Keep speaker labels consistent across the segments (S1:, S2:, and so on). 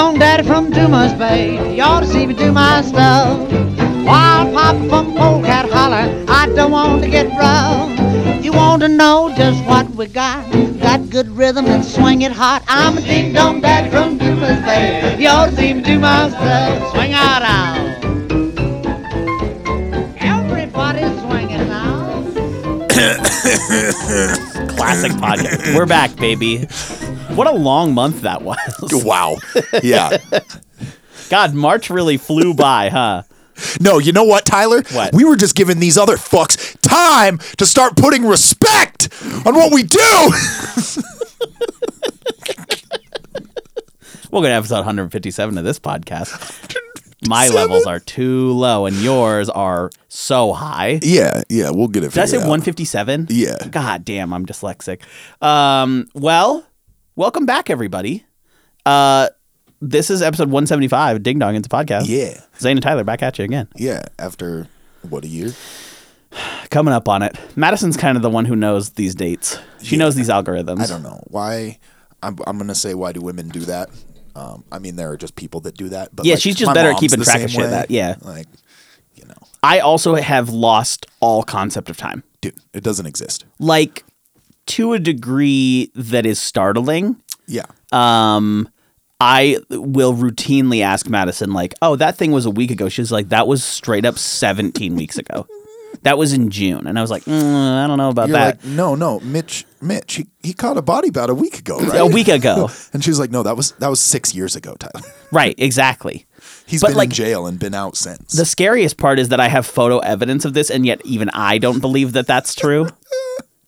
S1: from Dumas Bay. You ought to see me do my stuff. While Papa from Polecat holler, I don't want to get rough. You want to know just what we got? Got good rhythm and swing it hot. I'm a ding dong daddy from Dumas Bay. You ought to see me do my stuff. Swing out, out. Everybody's swinging now.
S2: Classic podcast. We're back, baby. What a long month that was.
S3: Wow. Yeah.
S2: God, March really flew by, huh?
S3: No, you know what, Tyler?
S2: What?
S3: We were just giving these other fucks time to start putting respect on what we do.
S2: We're going to have episode 157 of this podcast. My levels are too low and yours are so high.
S3: yeah, yeah, we'll get it.
S2: Did I say
S3: figured out.
S2: 157?
S3: Yeah.
S2: God damn, I'm dyslexic. Um, well, welcome back, everybody. Uh, this is episode 175 of Ding Dong. It's a podcast.
S3: Yeah,
S2: Zane and Tyler back at you again.
S3: yeah. After what a year?
S2: Coming up on it. Madison's kind of the one who knows these dates. She knows these algorithms.
S3: I don't know why. I'm, I'm gonna say why do women do that? Um, I mean, there are just people that do that. But
S2: Yeah,
S3: like,
S2: she's just
S3: my
S2: better at
S3: mom's
S2: keeping
S3: the
S2: track
S3: same
S2: of shit
S3: way.
S2: that- yeah.
S3: like you know,
S2: I also have lost all concept of time.
S3: dude, it doesn't exist.
S2: Like to a degree that is startling.
S3: Yeah,
S2: Um I will routinely ask Madison like, "Oh, that thing was a week ago." She's like, "That was straight up 17 weeks ago." That was in June. And I was like, mm, "I don't know about
S3: you're like,
S2: that."
S3: no, no, Mitch, Mitch, he, he caught a body about a week ago, right?
S2: a week ago.
S3: And she's like, no, that was that was six years ago, Tyler.
S2: right, exactly.
S3: He's
S2: But,
S3: been
S2: like,
S3: in jail and been out since.
S2: The scariest part is that I have photo evidence of this, and yet even I don't believe that that's true.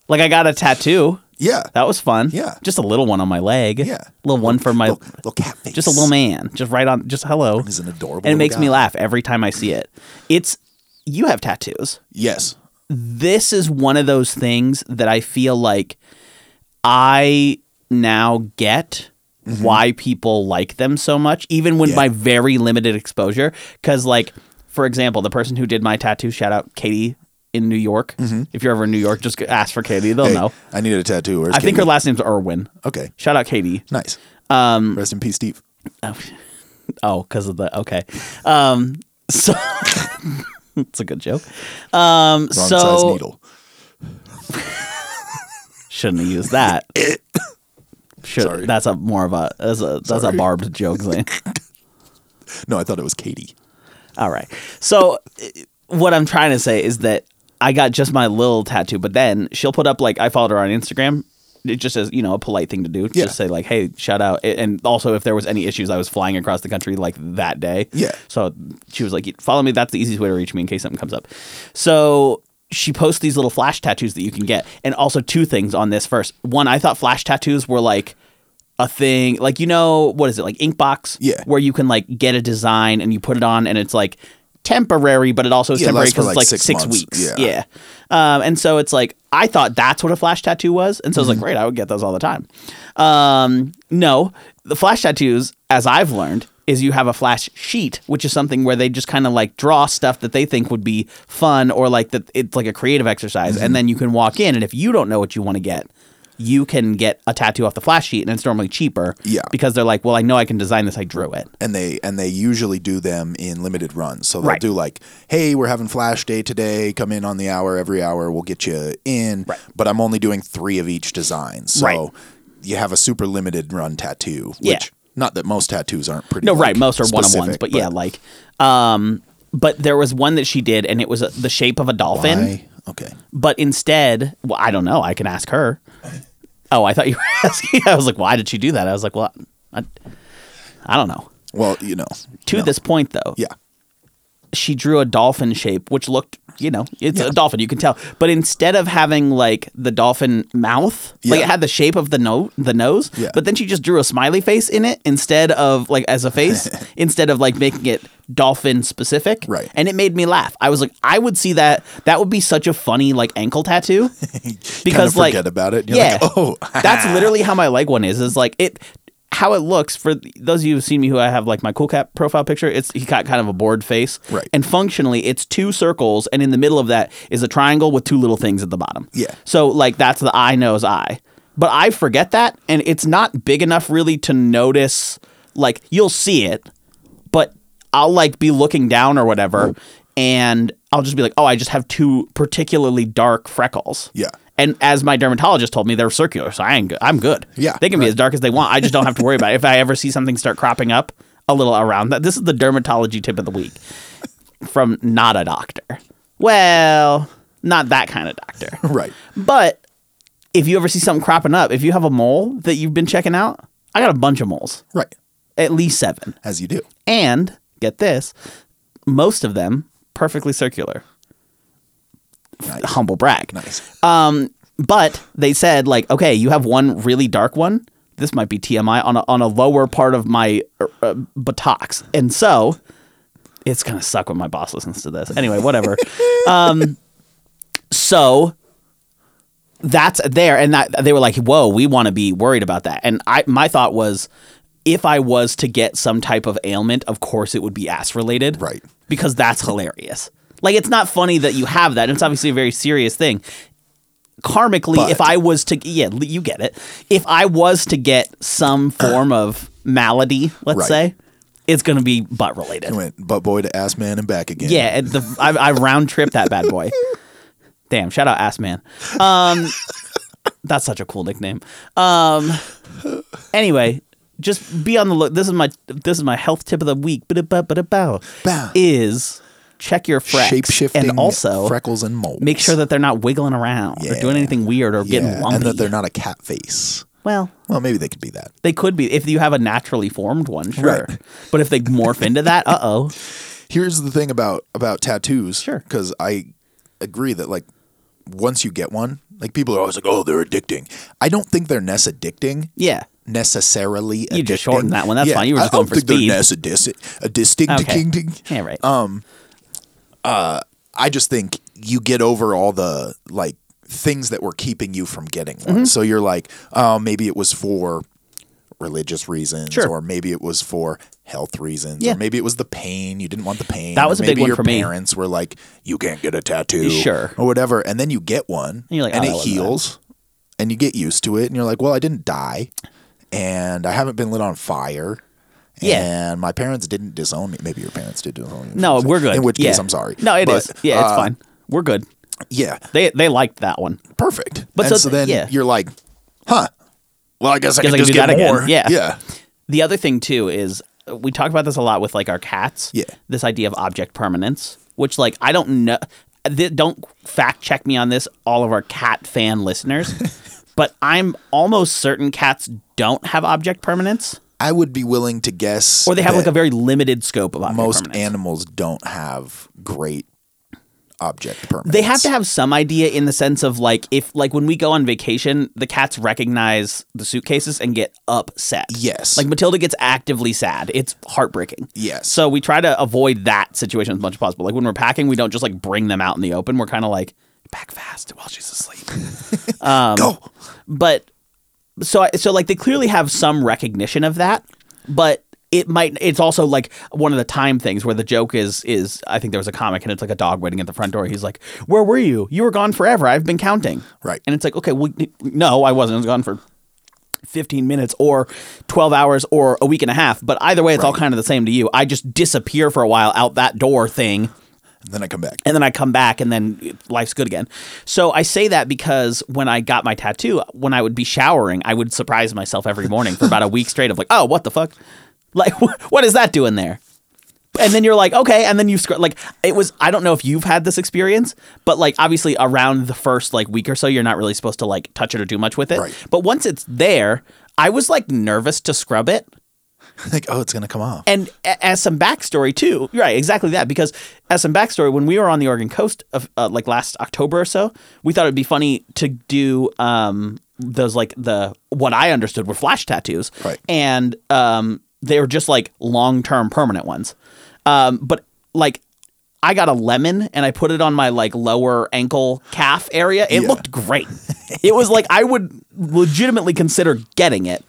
S2: like I got a tattoo.
S3: yeah,
S2: That was fun.
S3: Yeah.
S2: Just a little one on my leg.
S3: Yeah.
S2: Little one for my,
S3: little, little cat face.
S2: just a little man, just right on, just hello.
S3: He's an adorable.
S2: and it
S3: little
S2: makes me
S3: guy.
S2: laugh every time I see it. It's, you have tattoos.
S3: Yes.
S2: This is one of those things that I feel like I now get why people like them so much, even when
S3: Mm-hmm. Yeah.
S2: my very limited exposure. Cause like, for example, the person who did my tattoo, shout out Katie in New York. If you're ever in New York, just ask for Katie. They'll
S3: Mm-hmm. Hey,
S2: know.
S3: I needed a tattoo. Where's
S2: I think
S3: Katie?
S2: her last name's Irwin.
S3: Okay.
S2: Shout out Katie.
S3: Nice.
S2: Um,
S3: Rest in peace, Steve.
S2: oh, because of the okay. Um, so it's a good joke. Um,
S3: Wrong
S2: so
S3: size needle.
S2: shouldn't have used that. Should,
S3: Sorry.
S2: That's a more of a that's a that's a
S3: Sorry.
S2: barbed joke. Zane.
S3: No, I thought it was Katie.
S2: All right. So i- what I'm trying to say is that I got just my little tattoo, but then she'll put up like I followed her on Instagram. It just as you know, a polite thing to do.
S3: Yeah.
S2: Just say like, "Hey, shout out!" A- And also, if there was any issues, I was flying across the country like that day.
S3: Yeah.
S2: So she was like, "Follow me. That's the easiest way to reach me in case something comes up." So she posts these little flash tattoos that you can get, and also two things on this. First, one, I thought flash tattoos were like a thing, like you know what is it, like Inkbox?
S3: Yeah.
S2: Where you can like get a design and you put it on, and it's like temporary, but it also is
S3: Yeah, it
S2: temporary
S3: lasts for,
S2: because
S3: like,
S2: it's like
S3: six
S2: six,
S3: months.
S2: weeks.
S3: Yeah.
S2: Yeah. Um, and so it's like, I thought that's what a flash tattoo was. And so I was like,
S3: Mm-hmm.
S2: great, I would get those all the time. Um, no, the flash tattoos, as I've learned, is you have a flash sheet, which is something where they just kind of like draw stuff that they think would be fun or like that it's like a creative exercise.
S3: Mhm.
S2: And then you can walk in, and if you don't know what you want to get, you can get a tattoo off the flash sheet, and it's normally cheaper.
S3: Yeah.
S2: Because they're like, well, I know I can design this, I drew it.
S3: and they and they usually do them in limited runs. So they'll
S2: Right.
S3: do like, "Hey, we're having Flash Day today. Come in on the hour every hour. We'll get you in."
S2: Right.
S3: But I'm only doing three of each design, so
S2: Right.
S3: you have a super limited run tattoo. Which,
S2: Yeah.
S3: Not that most tattoos aren't pretty.
S2: No,
S3: like,
S2: right. Most are one on ones,
S3: specific,
S2: but, yeah, like, um, but there was one that she did, and it was a, the shape of a dolphin.
S3: I- okay.
S2: But instead, well, I don't know. I can ask her. Oh, I thought you were asking. I was like, why did she do that? I was like, well, I, I don't know.
S3: Well, you know.
S2: To
S3: no.
S2: this point, though,
S3: Yeah.
S2: she drew a dolphin shape, which looked, you know, it's
S3: Yeah.
S2: a dolphin. You can tell, but instead of having like the dolphin mouth, like
S3: Yeah.
S2: it had the shape of the no the nose,
S3: Yeah.
S2: but then she just drew a smiley face in it instead of like as a face, instead of like making it dolphin specific.
S3: Right.
S2: And it made me laugh. I was like, I would see that. That would be such a funny like ankle tattoo. Because like
S3: forget about it. You're
S2: yeah,
S3: like, "Oh."
S2: that's literally how my leg one is. Is like it, how it looks for those of you who've seen me who I have like my cool cap profile picture. It's he got kind of a bored face,
S3: Right.
S2: And functionally, it's two circles, and in the middle of that is a triangle with two little things at the bottom.
S3: Yeah.
S2: So like that's the eye knows eye, but I forget that, and it's not big enough really to notice. Like you'll see it, I'll like be looking down or whatever, and I'll just be like, oh, I just have two particularly dark freckles.
S3: Yeah.
S2: And as my dermatologist told me, they're circular, so I ain't good. I'm good.
S3: Yeah,
S2: They can be as dark as they want. I just don't have to worry about it. If I ever see something start cropping up a little around that, this is the dermatology tip of the week from not a doctor. Well, not that kind of doctor.
S3: Right.
S2: But if you ever see something cropping up, if you have a mole that you've been checking out, I got a bunch of moles,
S3: Right.
S2: at least seven.
S3: As you do.
S2: And get this, most of them perfectly circular.
S3: Nice.
S2: Humble brag.
S3: Nice.
S2: Um, but they said like, okay, you have one really dark one. This might be TMI on a, on a lower part of my uh, uh, buttocks, and so it's gonna suck when my boss listens to this. Anyway, whatever. um, so that's there, and that they were like, whoa, we want to be worried about that. And I my thought was. If I was to get some type of ailment, of course it would be ass related
S3: Right.
S2: because that's hilarious. Like it's not funny that you have that. It's obviously a very serious thing. Karmically,
S3: But-
S2: if I was to yeah, l- you get it. If I was to get some form of malady, let's
S3: Uh. Right.
S2: say, it's going to be butt related.
S3: I went butt boy to ass man and back again.
S2: Yeah, and the, I, I round trip that bad boy. Damn! Shout out ass man. Um, that's such a cool nickname. Um, anyway, just be on the look. This is my this is my health tip of the week. Ba-da-ba-ba-da-bow.
S3: Bow.
S2: Is check your
S3: Shape
S2: frecs
S3: shifting
S2: and also
S3: freckles and moles.
S2: make sure that they're not wiggling around or doing
S3: Yeah.
S2: anything weird or getting
S3: yeah,
S2: lumpy.
S3: and that they're not a cat face.
S2: well,
S3: Well, maybe they could be that.
S2: they could be if you have a naturally formed one, sure.
S3: Right.
S2: But if they morph into that, uh oh.
S3: Here's the thing about about tattoos.
S2: Sure.
S3: Because I agree that like once you get one, like people are always like, oh, they're addicting. I don't think they're ness addicting.
S2: Yeah.
S3: Necessarily.
S2: You just shortened that one. That's fine. You were just
S3: I
S2: going
S3: don't
S2: for
S3: think
S2: speed.
S3: they're ness addicting.
S2: Okay.
S3: dicking.
S2: Yeah, right.
S3: Um, uh, I just think you get over all the like things that were keeping you from getting one.
S2: Mm-hmm.
S3: So you're like, oh, maybe it was for religious reasons,
S2: Sure.
S3: or maybe it was for health reasons,
S2: Yeah.
S3: or maybe it was the pain. You didn't want the pain.
S2: That
S3: or
S2: was a big
S3: maybe
S2: one
S3: your
S2: for me.
S3: Parents were like, you can't get a tattoo,
S2: Sure.
S3: or whatever, and then you get one,
S2: And you're like, "Oh, that
S3: it
S2: wasn't
S3: heals, and you get used to it, and you're like, well, I didn't die, and I haven't been lit on fire.
S2: Yeah.
S3: And my parents didn't disown me. Maybe your parents did disown you.
S2: No, we're good.
S3: In which case,
S2: Yeah.
S3: I'm sorry.
S2: No, it
S3: But,
S2: is. Yeah, it's
S3: uh,
S2: fine. We're good.
S3: Yeah,
S2: They they liked that one.
S3: perfect.
S2: But
S3: and
S2: so
S3: so,
S2: th-
S3: then
S2: yeah.
S3: you're like, huh? Well, I guess I
S2: Guess
S3: can
S2: I
S3: just
S2: can do
S3: get
S2: that again.
S3: more.
S2: Yeah.
S3: yeah,
S2: The other thing too is uh, we talk about this a lot with like our cats.
S3: Yeah.
S2: This idea of object permanence, which like I don't know, th- don't fact check me on this, all of our cat fan listeners, but I'm almost certain cats don't have object permanence,
S3: I would be willing to guess,
S2: or they have like
S3: that
S2: a very limited scope of object
S3: most
S2: permanence.
S3: animals don't have great object permanence.
S2: They have to have some idea in the sense of like if like when we go on vacation, the cats recognize the suitcases and get upset.
S3: Yes.
S2: Like Matilda gets actively sad. It's heartbreaking.
S3: Yes.
S2: So we try to avoid that situation as much as possible. Like when we're packing, we don't just like bring them out in the open. We're kind of like pack fast while she's asleep. Um,
S3: go.
S2: but so I, so like they clearly have some recognition of that, but it might it's also like one of the time things where the joke is is I think there was a comic and it's like a dog waiting at the front door. He's like, "Where were you? You were gone forever. I've been counting."
S3: Right.
S2: And it's like, "Okay, well no, I wasn't. I was gone for 15 minutes or 12 hours or a week and a half, but either way it's all
S3: Right.
S2: kind of the same to you. I just disappear for a while out that door thing
S3: And then I come back.
S2: and then I come back and then life's good again. So I say that because when I got my tattoo, when I would be showering, I would surprise myself every morning for about a week straight of like, oh, what the fuck? Like, wh- what is that doing there? And then you're like, okay. And then you scr- like it was. I don't know if you've had this experience, but like obviously around the first like week or so, you're not really supposed to like touch it or do much with it.
S3: Right.
S2: But once it's there, I was like nervous to scrub it
S3: like, oh, it's gonna come off.
S2: and a- as some backstory too, right? Exactly that. Because as some backstory, when we were on the Oregon coast of uh, like last October or so, we thought it'd be funny to do um, those like the what I understood were flash tattoos,
S3: Right.
S2: And um, they were just like long term permanent ones, um, but like. I got a lemon and I put it on my like lower ankle calf area. It
S3: Yeah.
S2: looked great. it was like I would legitimately consider getting it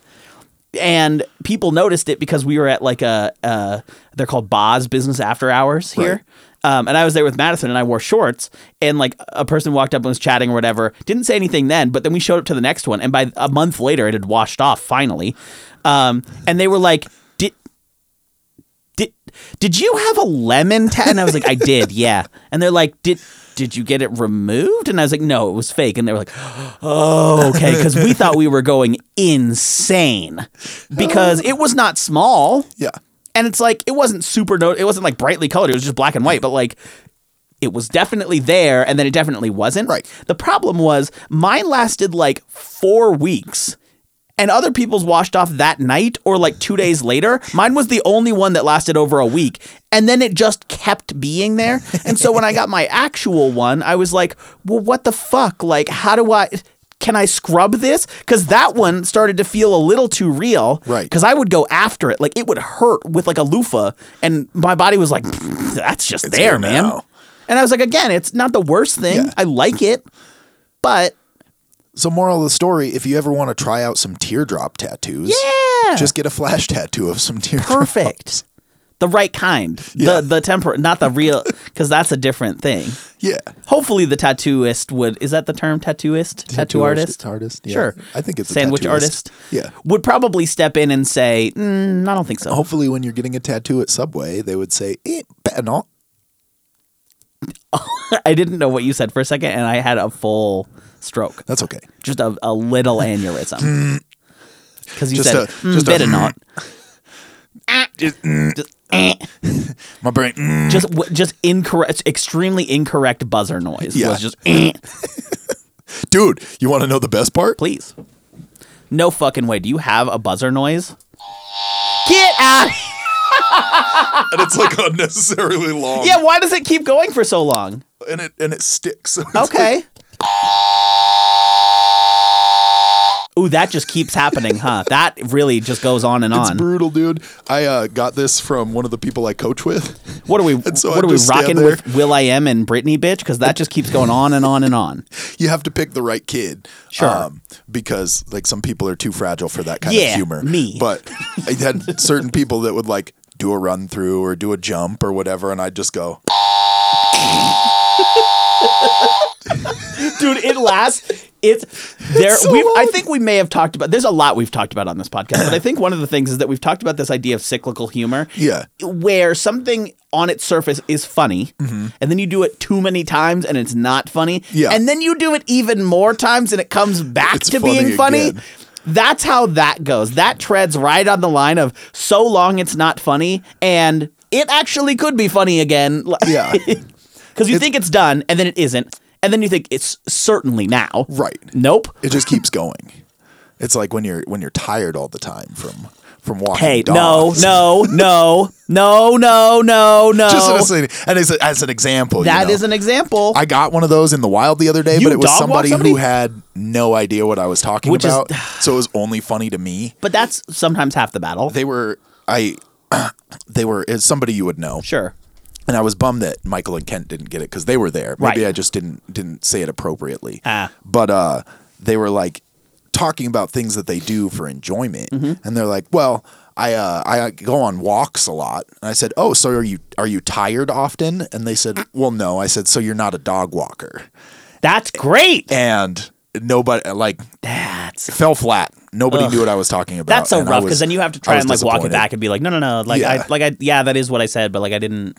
S2: and people noticed it because we were at like a uh, they're called Boz Business After Hours here.
S3: Right.
S2: Um, and I was there with Madison, and I wore shorts. And like a person walked up and was chatting or whatever. Didn't say anything then, but then we showed up to the next one, and by a month later, it had washed off finally. Um, and they were like, "Did, did, "Did you have a lemon?" Ta-? And I was like, "I did, yeah." And they're like, "Did." Did you get it removed? And I was like, no, it was fake. And they were like, oh, okay. Because we thought we were going insane because it was not small.
S3: Yeah.
S2: And it's like, it wasn't super, no- it wasn't like brightly colored. It was just black and white. But like, it was definitely there and then it definitely wasn't.
S3: Right.
S2: The problem was mine lasted like four weeks and other people's washed off that night or like two days later. Mine was the only one that lasted over a week and then it just kept being there. And so when I got my actual one, I was like, well, what the fuck? Like, how do I. Can I scrub this? Because that one started to feel a little too real.
S3: Right.
S2: Because I would go after it. Like it would hurt with like a loofah. And my body was like, that's just there,
S3: here
S2: man.
S3: now.
S2: And I was like, again, it's not the worst thing.
S3: Yeah.
S2: I like it, but
S3: So, moral of the story: if you ever want to try out some teardrop tattoos,
S2: Yeah.
S3: just get a flash tattoo of some teardrop.
S2: perfect. the right kind.
S3: Yeah.
S2: The the temper not the real because that's a different thing.
S3: Yeah,
S2: Hopefully the tattooist would is that the term tattooist? Tattoo artist?
S3: artist. yeah.
S2: Sure.
S3: I think it's a
S2: Sandwich
S3: tattooist.
S2: artist.
S3: Yeah.
S2: Would probably step in and say, mm, I don't think so.
S3: Hopefully, when you're getting a tattoo at Subway, they would say, eh, "Better not."
S2: I didn't know what you said for a second and I had a full stroke.
S3: That's okay.
S2: Just a, a little aneurysm. Because you
S3: Just
S2: said
S3: a-
S2: mm,
S3: just a hmm,
S2: better not.
S3: mm, uh,
S2: Eh.
S3: hmm. My brain. mm.
S2: just w- just incorrect, extremely incorrect buzzer noise.
S3: Yeah.
S2: Was just "Eh."
S3: Dude, you want to know the best part?
S2: please. No fucking way. Do you have a buzzer noise? Get out!
S3: And it's like unnecessarily long.
S2: Yeah, why does it keep going for so long?
S3: And it and it sticks.
S2: Okay. Ooh, that just keeps happening, huh? That really just goes on and
S3: It's
S2: on.
S3: brutal, dude. I uh, got this from one of the people I coach with.
S2: What are we?
S3: so I
S2: what are we
S3: just stand
S2: rocking with? Will I am and Britney, bitch? Because that just keeps going on and on and on.
S3: You have to pick the right kid, um,
S2: Sure.
S3: because like some people are too fragile for that kind
S2: Yeah,
S3: of humor.
S2: me.
S3: but I had certain people that would like do a run through or do a jump or whatever, and I'd just go.
S2: dude it lasts it's there
S3: so
S2: we have i
S3: long.
S2: think we may have talked about there's a lot we've talked about on this podcast but i think one of the things is that we've talked about this idea of cyclical humor
S3: Yeah.
S2: where something on its surface is funny and then you do it too many times and it's not funny
S3: Mm-hmm. Yeah.
S2: and then you do it even more times and it comes back
S3: It's
S2: to
S3: funny
S2: being funny
S3: again.
S2: that's how that goes that treads right on the line of so long it's not funny and it actually could be funny again
S3: Yeah.
S2: because you think it's done and then it isn't, and then you think it's certainly now.
S3: Right.
S2: Nope.
S3: It just keeps going. It's like when you're when you're tired all the time from from walking
S2: Hey,
S3: dogs.
S2: no, no, no, no, no, no, no.
S3: Just as, a, and as, a, as an example, you
S2: that
S3: know.
S2: is an example.
S3: I got one of those in the wild the other day,
S2: You
S3: but it was
S2: dog walk
S3: somebody,
S2: somebody?
S3: who had no idea what I was talking
S2: Which is-
S3: about. so it was only funny to me.
S2: but that's sometimes half the battle.
S3: They were I they were it's somebody you would know.
S2: sure.
S3: And I was bummed that Michael and Kent didn't get it because they were there. Maybe
S2: Right.
S3: I just didn't didn't say it appropriately.
S2: Ah.
S3: But uh, they were like talking about things that they do for enjoyment,
S2: Mm-hmm.
S3: and they're like, "Well, I uh, I go on walks a lot." And I said, "Oh, so are you are you tired often?" And they said, "Well, no." I said, "So you're not a dog walker."
S2: That's great.
S3: And nobody like
S2: That's
S3: fell flat. Nobody knew what I was talking about.
S2: that's so
S3: and I
S2: rough because
S3: was-
S2: then you have to
S3: I
S2: try
S3: was
S2: and like walk it
S3: disappointed.
S2: back and be like, no, no, no. Like
S3: Yeah.
S2: I, like I, yeah, that is what I said, but like I didn't.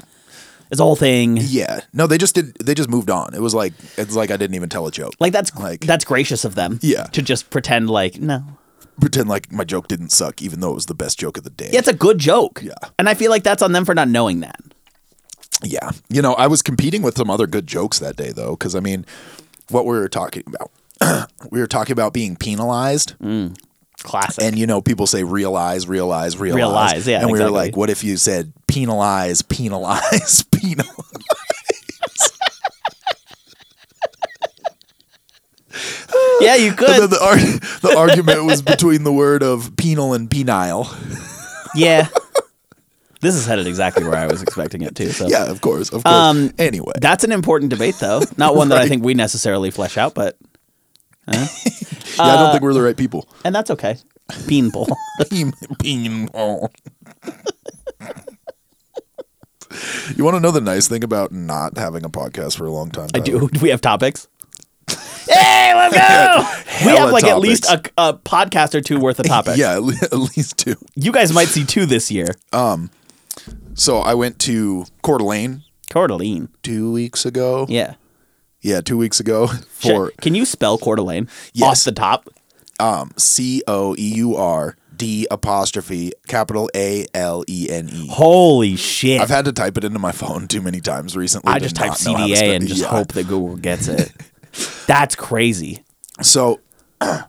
S2: It's a whole thing.
S3: Yeah, no, they just did. They just moved on. It was like it's like I didn't even tell a joke.
S2: Like that's
S3: Like-
S2: that's gracious of them.
S3: Yeah.
S2: To just pretend like no.
S3: pretend like my joke didn't suck, even though it was the best joke of the day.
S2: Yeah, it's a good joke.
S3: Yeah.
S2: And I feel like that's on them for not knowing that.
S3: Yeah. You know, I was competing with some other good jokes that day, though, because I mean, what we were talking about, we were talking about being penalized.
S2: Mm. Classic.
S3: And, you know, people say realize, realize, realize.
S2: Realize, yeah,
S3: And we were
S2: exactly.
S3: like, what if you said penalize, penalize, penalize?
S2: yeah, you
S3: And
S2: could.
S3: then the, ar- the argument was between the word of penal and penile.
S2: Yeah. This is headed exactly where I was expecting it to. So
S3: Yeah, of course. Of course.
S2: Um,
S3: anyway.
S2: that's an important debate though. Not one that I think we necessarily flesh out, but
S3: yeah,
S2: uh,
S3: I don't think we're the right people.
S2: and that's okay. Beanpole.
S3: Pen- penal. You want to know the nice thing about not having a podcast for a long time?
S2: I do do we have topics? hey, let's go. we
S3: Hella
S2: have like at least a,
S3: topics.
S2: a podcast or two worth of topics.
S3: Yeah, at le- at least two.
S2: You guys might see two this year.
S3: So I went to Coeur d'Alene
S2: Cordeline.
S3: two weeks ago.
S2: Yeah.
S3: Yeah, two weeks ago for
S2: Shit. Can you spell Coeur d'Alene
S3: Yes.
S2: off the top?
S3: um C O E U R D apostrophe capital A L E N E.
S2: Holy shit.
S3: I've had to type it into my phone too many times recently.
S2: I
S3: to
S2: just type
S3: not know how to spell
S2: CDA
S3: it.
S2: and just
S3: Yeah.
S2: hope that Google gets it. That's crazy.
S3: So, um,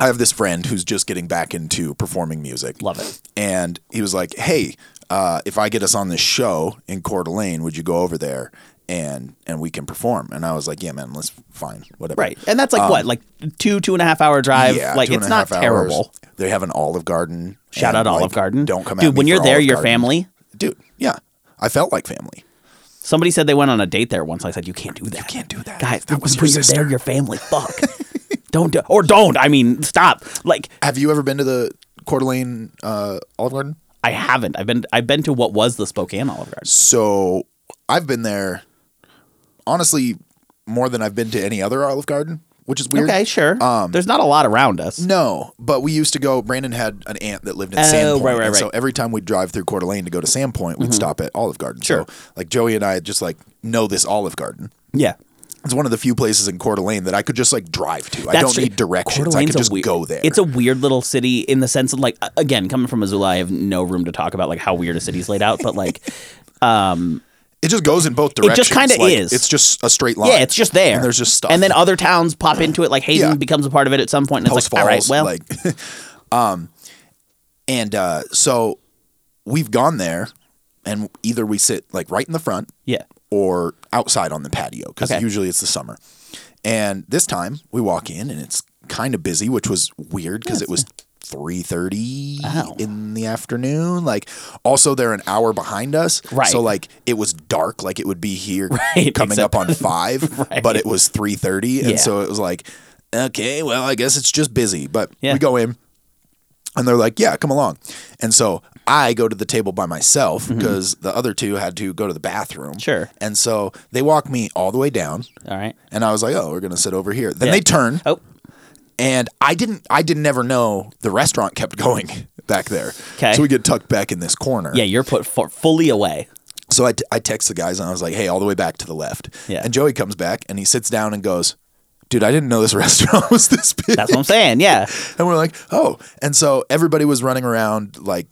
S3: I have this friend who's just getting back into performing music.
S2: Love it.
S3: And he was like, "Hey, uh, if I get us on this show in Coeur d'Alene, would you go over there and and we can perform?" And I was like, "Yeah, man, let's fine, whatever."
S2: Right. And that's like what? Like two, two and a half hour drive.
S3: Um, Yeah,
S2: like
S3: two and
S2: it's
S3: a
S2: not
S3: half hours.
S2: terrible.
S3: They have an Olive Garden.
S2: Shout
S3: and,
S2: out Olive
S3: like,
S2: Garden.
S3: Don't come
S2: Dude,
S3: at me
S2: when you're
S3: for
S2: there,
S3: Olive
S2: your
S3: Garden.
S2: family.
S3: Dude, yeah, I felt like family.
S2: Somebody said they went on a date there once. I said, You can't do that. You
S3: can't do that.
S2: Guys,
S3: That was
S2: when
S3: your
S2: you're
S3: sister.
S2: there, your family. Fuck. don't do or don't. I mean, stop. Like,
S3: Have you ever been to the Coeur d'Alene uh, Olive Garden?
S2: I haven't. I've been I've been to what was the Spokane Olive Garden.
S3: So I've been there, honestly, more than I've been to any other Olive Garden, which is weird.
S2: Okay, sure.
S3: Um,
S2: There's not a lot around us.
S3: No, but we used to go. Brandon had an aunt that lived in
S2: Oh,
S3: Sandpoint,
S2: right, right,
S3: and so
S2: right. Mm-hmm.
S3: every time we'd drive through Coeur d'Alene to go to Sandpoint, we'd stop at Olive Garden.
S2: Sure.
S3: So, like Joey and I just like know this Olive Garden.
S2: Yeah.
S3: It's one of the few places in Coeur d'Alene that I could just like drive to. I
S2: That's
S3: don't
S2: true.
S3: need directions.
S2: Coeur
S3: I
S2: d'Alene's
S3: could
S2: a
S3: just
S2: weird-
S3: go there.
S2: It's a weird little city in the sense of like a- again, coming from Missoula, I have no room to talk about like how weird a city's laid out, but like
S3: it just goes in both directions.
S2: just kinda
S3: Like,
S2: is.
S3: It's just a straight line.
S2: yeah, it's just there.
S3: And there's just stuff.
S2: And then other towns pop into it like Hayden
S3: Yeah.
S2: becomes a part of it at some point and
S3: Post
S2: it's like all right,
S3: Falls,
S2: well,
S3: like, um, and uh, so we've gone there, and either we sit like right in the front,
S2: yeah.
S3: or outside on the patio because
S2: Okay.
S3: usually it's the summer. And this time we walk in and it's kind of busy, which was weird because it was three thirty
S2: Wow.
S3: in the afternoon. Like, also they're an hour behind us,
S2: Right.
S3: So like it was dark, like it would be here
S2: Right,
S3: coming up
S2: except-
S3: on five, but it was three thirty, and
S2: Yeah.
S3: so it was like, okay, well I guess it's just busy. But
S2: Yeah.
S3: we go in. And they're like, yeah, come along. And so I go to the table by myself because the other two had to go to the bathroom.
S2: Mm-hmm. Sure.
S3: And so they walk me all the way down.
S2: All right.
S3: And I was like, oh, we're going to sit over here. Then
S2: Yeah.
S3: they turn.
S2: Oh,
S3: And I didn't, I didn't ever know the restaurant kept going back there.
S2: 'Kay.
S3: So we get tucked back in this corner.
S2: yeah, you're put fu- fully away.
S3: So I, t- I text the guys and I was like, hey, all the way back to the left.
S2: Yeah.
S3: And Joey comes back and he sits down and goes, dude, I didn't know this restaurant was this big.
S2: That's what I'm saying. Yeah.
S3: And we're like, oh. And so everybody was running around like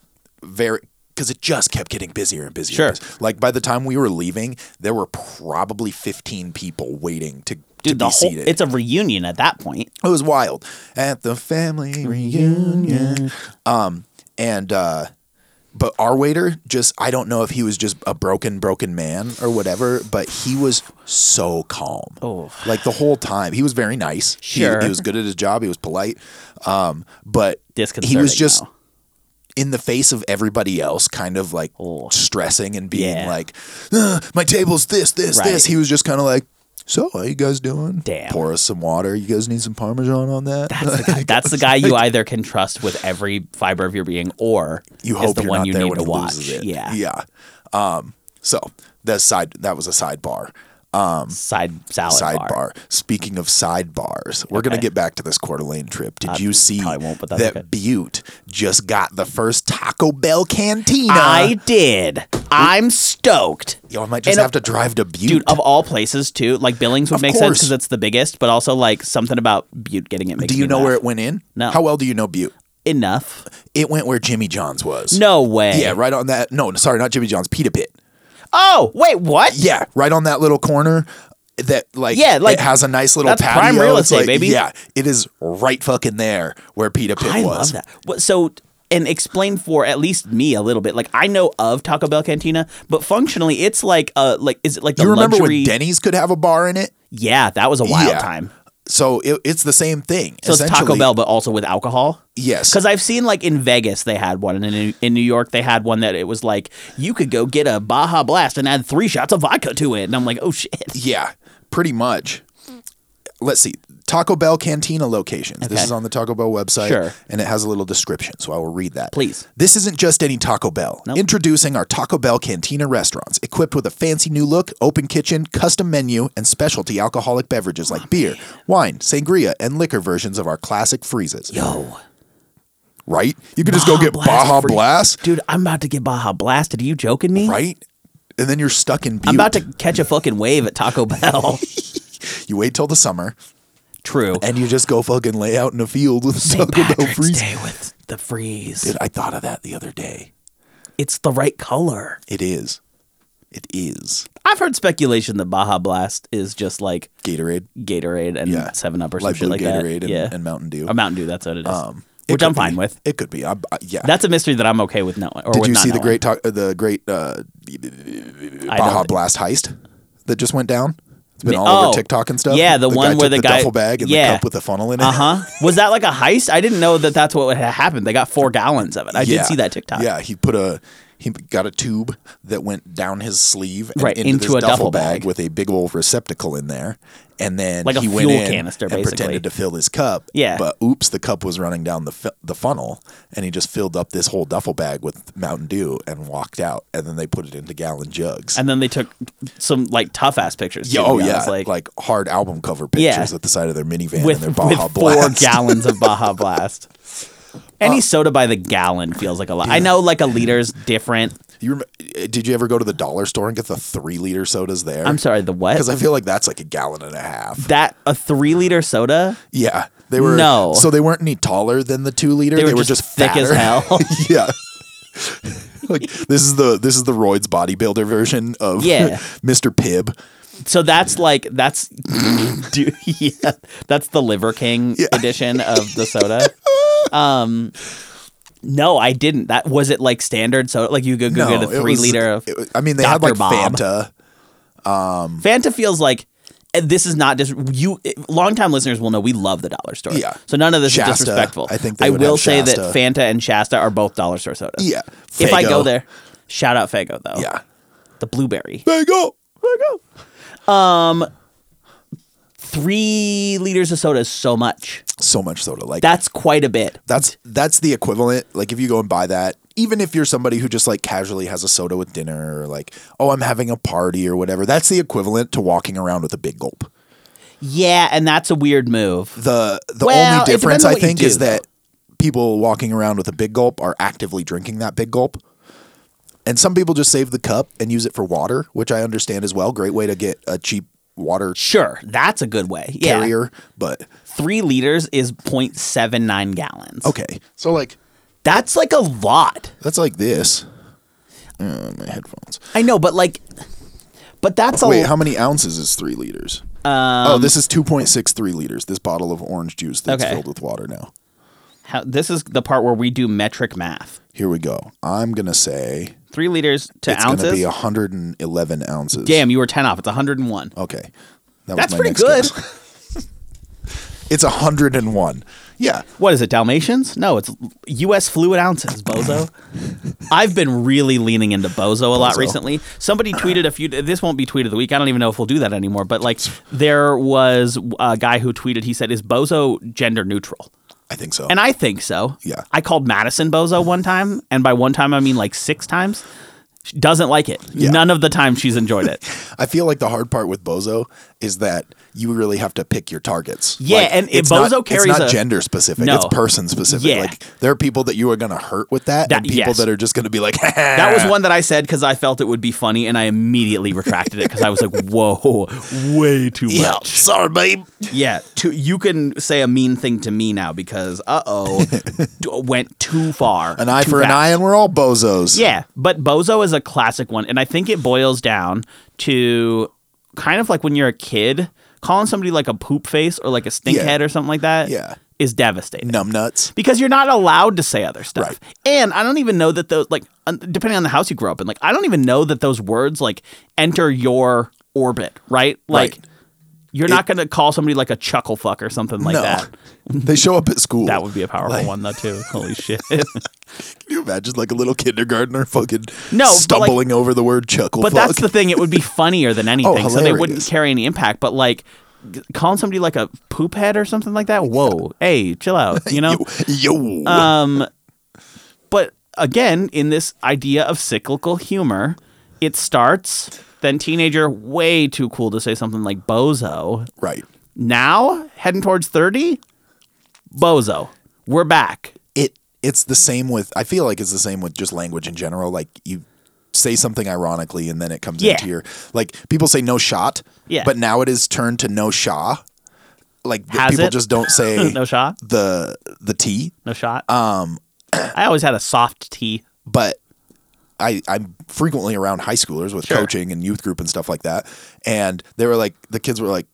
S3: very because it just kept getting busier and busier.
S2: Sure.
S3: and busier. Like by the time we were leaving, there were probably 15 people waiting to, to
S2: Dude,
S3: be
S2: the whole
S3: seated.
S2: it's a reunion at that point.
S3: it was wild. At the family reunion. Um, and, uh, but our waiter just, I don't know if he was just a broken, broken man or whatever, but he was so calm.
S2: Oh.
S3: Like the whole time. He was very nice. He-
S2: Sure.
S3: He, was good at his job. He was polite. Um, but
S2: Disconcerting.
S3: he was just
S2: though.
S3: in the face of everybody else, kind of like
S2: Oh.
S3: stressing and being
S2: Yeah.
S3: like, "Ugh, my table's this, this,
S2: Right.
S3: this. He was just kind of like, so how you guys doing?
S2: Damn.
S3: Pour us some water. You guys need some Parmesan on that?
S2: That's the guy, that's the guy you either can trust with every fiber of your being, or
S3: you
S2: is
S3: hope
S2: the
S3: you're
S2: one
S3: not
S2: you
S3: there
S2: need
S3: when
S2: to
S3: he
S2: watch.
S3: loses it.
S2: Yeah.
S3: Yeah. Um, so that side, that was a sidebar.
S2: side salad
S3: sidebar.
S2: bar.
S3: Speaking of sidebars, we're gonna
S2: Okay.
S3: get back to this Coeur d'Alene trip. Did you see
S2: probably won't, but that's
S3: that
S2: okay.
S3: Butte just got the first Taco Bell cantina?
S2: I did. I'm stoked.
S3: Yo, I might just
S2: And uh,
S3: have to drive to Butte.
S2: Dude, of all places too, like Billings would
S3: Of
S2: make sense
S3: course.
S2: because it's the biggest, but also like something about Butte getting it. Makes
S3: Do you
S2: me
S3: know
S2: laugh.
S3: where it went in?
S2: No.
S3: How well do you know Butte?
S2: Enough.
S3: It went where Jimmy John's was.
S2: No way.
S3: Yeah, right on that. No, sorry, not Jimmy John's. Pita Pit.
S2: Oh wait, what?
S3: Yeah, right on that little corner that like
S2: Yeah, like,
S3: it has a nice little
S2: that's
S3: patio.
S2: prime real
S3: It's
S2: estate,
S3: like-
S2: baby.
S3: Yeah, it is right fucking there where Pita Pit
S2: I
S3: was.
S2: love that. What, so, and explain for at least me a little bit. Like I know of Taco Bell Cantina, but functionally, it's like uh, like is it like the
S3: You remember
S2: luxury?
S3: when Denny's could have a bar in it?
S2: yeah, that was a wild
S3: Yeah.
S2: time.
S3: So it, it's the same thing.
S2: So it's Taco
S3: essentially.
S2: Bell, but also with alcohol.
S3: Yes.
S2: Because I've seen like in Vegas they had one, and in, in New York they had one that it was like you could go get a Baja Blast and add three shots of vodka to it, and I'm like, oh shit.
S3: Yeah, pretty much. Let's see. Taco Bell Cantina locations. This
S2: Okay.
S3: is on the Taco Bell website.
S2: Sure.
S3: And it has a little description, so I will read that.
S2: Please.
S3: This isn't just any Taco Bell.
S2: Nope.
S3: Introducing our Taco Bell Cantina restaurants, equipped with a fancy new look, open kitchen, custom menu, and specialty alcoholic beverages like beer, wine, sangria, and liquor versions of our classic freezes.
S2: Yo,
S3: right? You could just go get Baja
S2: for-
S3: Blast,
S2: Dude, I'm about to get Baja Blasted. Are you joking me?
S3: right? And then you're stuck in Butte.
S2: I'm about to catch a fucking wave at Taco Bell.
S3: You wait till the summer
S2: True.
S3: and you just go fucking lay out in a field with
S2: St.
S3: Taco Bell
S2: Patrick's
S3: freeze.
S2: Day with the freeze.
S3: Dude, I thought of that the other day.
S2: It's the right color.
S3: It is. It is
S2: I've heard speculation that Baja Blast is just like
S3: Gatorade.
S2: Gatorade and
S3: Yeah.
S2: Mm, Seven Up or some
S3: Light
S2: shit
S3: blue
S2: like
S3: Gatorade
S2: that.
S3: and,
S2: yeah,
S3: and Mountain Dew. Um,
S2: a Mountain Dew. That's what it is.
S3: It
S2: Which
S3: could
S2: I'm fine
S3: be.
S2: with.
S3: It could be. I, I, yeah.
S2: That's a mystery that I'm okay with knowing. Or
S3: Did
S2: with
S3: you
S2: not
S3: see the
S2: knowing.
S3: great talk, the great uh,
S2: I don't
S3: Baja
S2: thi-
S3: Blast heist that just went down? It's been
S2: Mi-
S3: all
S2: oh,
S3: over TikTok and stuff.
S2: yeah, the
S3: guy
S2: one where
S3: took
S2: the guy-
S3: duffel bag and
S2: yeah.
S3: the cup with the funnel in it.
S2: Uh huh. Was that like a heist? I didn't know that that's what had happened. They got four gallons of it. I
S3: Yeah.
S2: did see that TikTok.
S3: Yeah, he put a he got a tube that went down his sleeve and
S2: Right,
S3: into,
S2: into
S3: this
S2: a duffel
S3: bag,
S2: bag.
S3: with a big old receptacle in there, and then
S2: Like a
S3: he went
S2: fuel
S3: in
S2: canister,
S3: and
S2: basically.
S3: pretended to fill his cup.
S2: Yeah.
S3: but oops, the cup was running down the fu- the funnel, and he just filled up this whole duffel bag with Mountain Dew and walked out, and then they put it into gallon jugs.
S2: And then they took some like tough ass pictures. too,
S3: yeah,
S2: to
S3: oh
S2: be
S3: yeah,
S2: honest,
S3: like,
S2: like,
S3: hard album cover pictures
S2: Yeah.
S3: at the side of their minivan and
S2: with,
S3: their
S2: with
S3: Baja
S2: four
S3: Blast. Uh,
S2: gallons of Baja Blast. Any soda by the gallon feels like a lot. I know like a liter's different.
S3: You rem- did you ever go to the dollar store and get the three liter sodas there?
S2: I'm sorry, the what?
S3: because Er, I feel like that's like a gallon and a half.
S2: that a three liter soda?
S3: Yeah, they were
S2: No.
S3: So they weren't any taller than the two liter. They were, just,
S2: thick as
S3: fatter.
S2: hell.
S3: yeah. like this is the this is the Royd's bodybuilder version of
S2: Yeah.
S3: Mr. Pibb.
S2: So that's like that's dude, yeah, that's the Liver King edition of the soda. Um no, I didn't. That was it like standard soda like you go go get a
S3: it
S2: 3
S3: was-
S2: liter of
S3: it was- I mean, they had
S2: Dr.
S3: like
S2: Bob.
S3: Fanta.
S2: Fanta feels like and this is not just you longtime listeners will know we love the dollar store.
S3: Yeah.
S2: So none of this
S3: Shasta,
S2: is disrespectful.
S3: I think they
S2: I
S3: would
S2: will
S3: have
S2: say that
S3: Shasta.
S2: Fanta and Shasta are both dollar store sodas.
S3: Yeah.
S2: If I go
S3: Faygo.
S2: there, shout out Fago though.
S3: Yeah.
S2: The blueberry.
S3: There you go.
S2: Three liters of soda is so much.
S3: So much soda. Like
S2: That's quite a bit.
S3: that's that's the equivalent. Like if you go and buy that, even if you're somebody who just like casually has a soda with dinner or like, oh, I'm having a party or whatever, that's the equivalent to walking around with a big gulp.
S2: Yeah, and that's a weird move.
S3: the the
S2: Well,
S3: only
S2: it depends
S3: difference
S2: on
S3: I
S2: what you
S3: think
S2: do,
S3: is that people walking around with a big gulp are actively drinking that big gulp. And some people just save the cup and use it for water, which I understand as well. Great way to get a cheap water
S2: Sure, that's a good way. Yeah.
S3: carrier, but
S2: Three liters is 0.79 gallons.
S3: okay. So like
S2: That's like a lot.
S3: that's like this. Uh, my headphones.
S2: I know, but like, but that's a
S3: Wait, how many ounces is three liters?
S2: Um,
S3: oh, this is two point six three liters. This bottle of orange juice that's
S2: Okay.
S3: filled with water now.
S2: how- this is the part where we do metric math.
S3: Here we go. I'm gonna say
S2: Three liters to
S3: it's
S2: ounces.
S3: gonna be hundred and eleven ounces.
S2: Damn, you were 10 off. It's 101.
S3: Okay. That
S2: That's
S3: my
S2: pretty
S3: next
S2: good.
S3: guess. it's 101. Yeah.
S2: What is it, Dalmatians? No, it's U.S. fluid ounces, bozo. I've been really leaning into bozo a lot
S3: Bozo.
S2: recently. Somebody tweeted a few. This won't be tweet of the week. I don't even know if we'll do that anymore. But like, there was a guy who tweeted. He said, "Is bozo gender neutral?"
S3: I think so.
S2: And I think so.
S3: Yeah.
S2: I called Madison bozo one time, and by one time I mean like six times. She doesn't like it.
S3: Yeah.
S2: None of the time she's enjoyed it.
S3: I feel like the hard part with Bozo is that you really have to pick your targets.
S2: Yeah,
S3: Like,
S2: and
S3: it's
S2: Bozo
S3: not, it's
S2: carries
S3: not
S2: a-
S3: gender specific.
S2: No.
S3: It's person specific.
S2: Yeah.
S3: Like there are people that you are going to hurt with that,
S2: That-
S3: and people
S2: yes.
S3: that are just going to be like,
S2: That was one that I said because I felt it would be funny, and I immediately retracted it because I was like, "Whoa, way too much."
S3: Yeah, sorry, babe.
S2: Yeah, to, you can say a mean thing to me now because uh oh, went too far.
S3: An eye
S2: too
S3: for an
S2: fast.
S3: eye, and we're all bozos.
S2: Yeah, but bozo is a classic one, and I think it boils down to kind of like when you're a kid, calling somebody like a poop face or like a stink
S3: Yeah.
S2: head or something like that.
S3: Yeah.
S2: is devastating
S3: Numbnuts.
S2: because you're not allowed to say other stuff.
S3: Right.
S2: And I don't even know that those like un- depending on the house you grow up in, like I don't even know that those words like enter your orbit, right? Like
S3: Right.
S2: you're not going to call somebody like a chuckle fuck or something like
S3: no.
S2: that.
S3: They show up at school.
S2: That would be a powerful
S3: Like-
S2: one though too. Holy shit.
S3: Can you imagine like a little kindergartner fucking
S2: No, but, like-
S3: stumbling over the word chuckle
S2: but
S3: fuck?
S2: that's the thing it would be funnier than anything. so they wouldn't
S3: Oh, hilarious.
S2: carry any impact, but like g- calling somebody like a poop head or something like that. Whoa. Hey, chill out, you know?
S3: Yo. yo.
S2: Um, but again, in this idea of cyclical humor, it starts then teenager, way too cool to say something like bozo.
S3: right.
S2: Now heading towards thirty, bozo. We're back.
S3: It it's the same with I feel like it's the same with just language in general. Like you say something ironically and then it comes
S2: Yeah.
S3: into your like people say no shot.
S2: Yeah.
S3: But now it is turned to no shaw. Like th-
S2: Has
S3: people
S2: it?
S3: just don't say
S2: No shot?
S3: the the T.
S2: No shot. Um, I always had a soft T.
S3: But I I'm frequently around high schoolers with
S2: Sure.
S3: coaching and youth group and stuff like that. And they were like the kids were like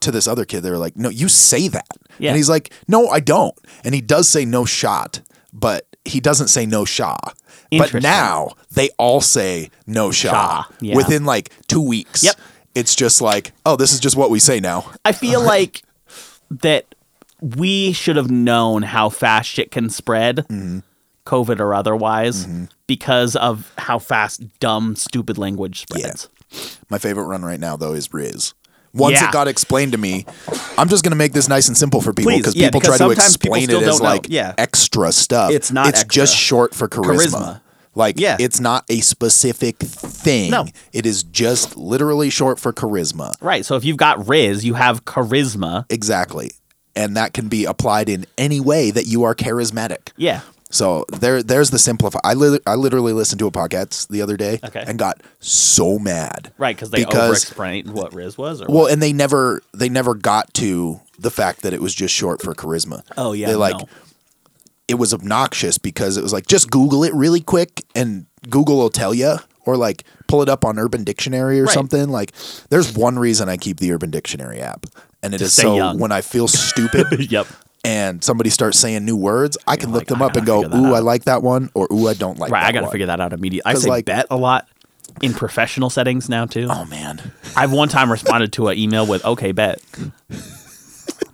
S3: to this other kid, they were like, No, you say that.
S2: Yeah.
S3: And he's like, No, I don't. And he does say no shot, but he doesn't say no shaw. But
S2: Interesting.
S3: now they all say no shaw,
S2: Shaw, yeah.
S3: within like two weeks.
S2: Yep.
S3: It's just like, oh, this is just what we say now.
S2: I feel like that we should have known how fast shit can spread, COVID or otherwise, because of how fast dumb, stupid language spreads.
S3: My favorite run right now though is Riz. Once
S2: Yeah.
S3: it got explained to me, I'm just gonna make this nice and simple for people
S2: Please,
S3: because
S2: yeah,
S3: people
S2: because
S3: try to
S2: sometimes people
S3: explain
S2: still
S3: it as
S2: don't know.
S3: like
S2: Yeah.
S3: extra stuff.
S2: It's not
S3: It's
S2: extra.
S3: just short for charisma.
S2: Charisma.
S3: Like
S2: Yeah.
S3: it's not a specific thing.
S2: No.
S3: It is just literally short for charisma.
S2: Right. So if you've got Riz, you have charisma.
S3: Exactly. And that can be applied in any way that you are charismatic.
S2: Yeah.
S3: So there, there's the simplify. I, li- I literally listened to a podcast the other day
S2: Okay.
S3: and got so mad.
S2: Right. Cause they over
S3: because
S2: explained what Riz was or
S3: well, and they never they never got to the fact that it was just short for charisma.
S2: Oh, yeah,
S3: they like
S2: no.
S3: it was obnoxious because it was like just Google it really quick and Google will tell you, or like pull it up on Urban Dictionary or
S2: Right.
S3: something. Like, there's one reason I keep the Urban Dictionary app, and it is
S2: stay
S3: so
S2: young.
S3: when I feel stupid.
S2: Yep.
S3: And somebody starts saying new words, I can look
S2: like,
S3: them
S2: I
S3: up and
S2: gotta
S3: go,
S2: figure that
S3: "Ooh, I
S2: out."
S3: like that one," or "Ooh, I don't like."
S2: Right.
S3: that
S2: I got to
S3: one."
S2: figure that out immediately. I
S3: 'Cause,
S2: say
S3: like-
S2: bet a lot in professional settings now too.
S3: Oh man,
S2: I've one time responded to an email with okay bet.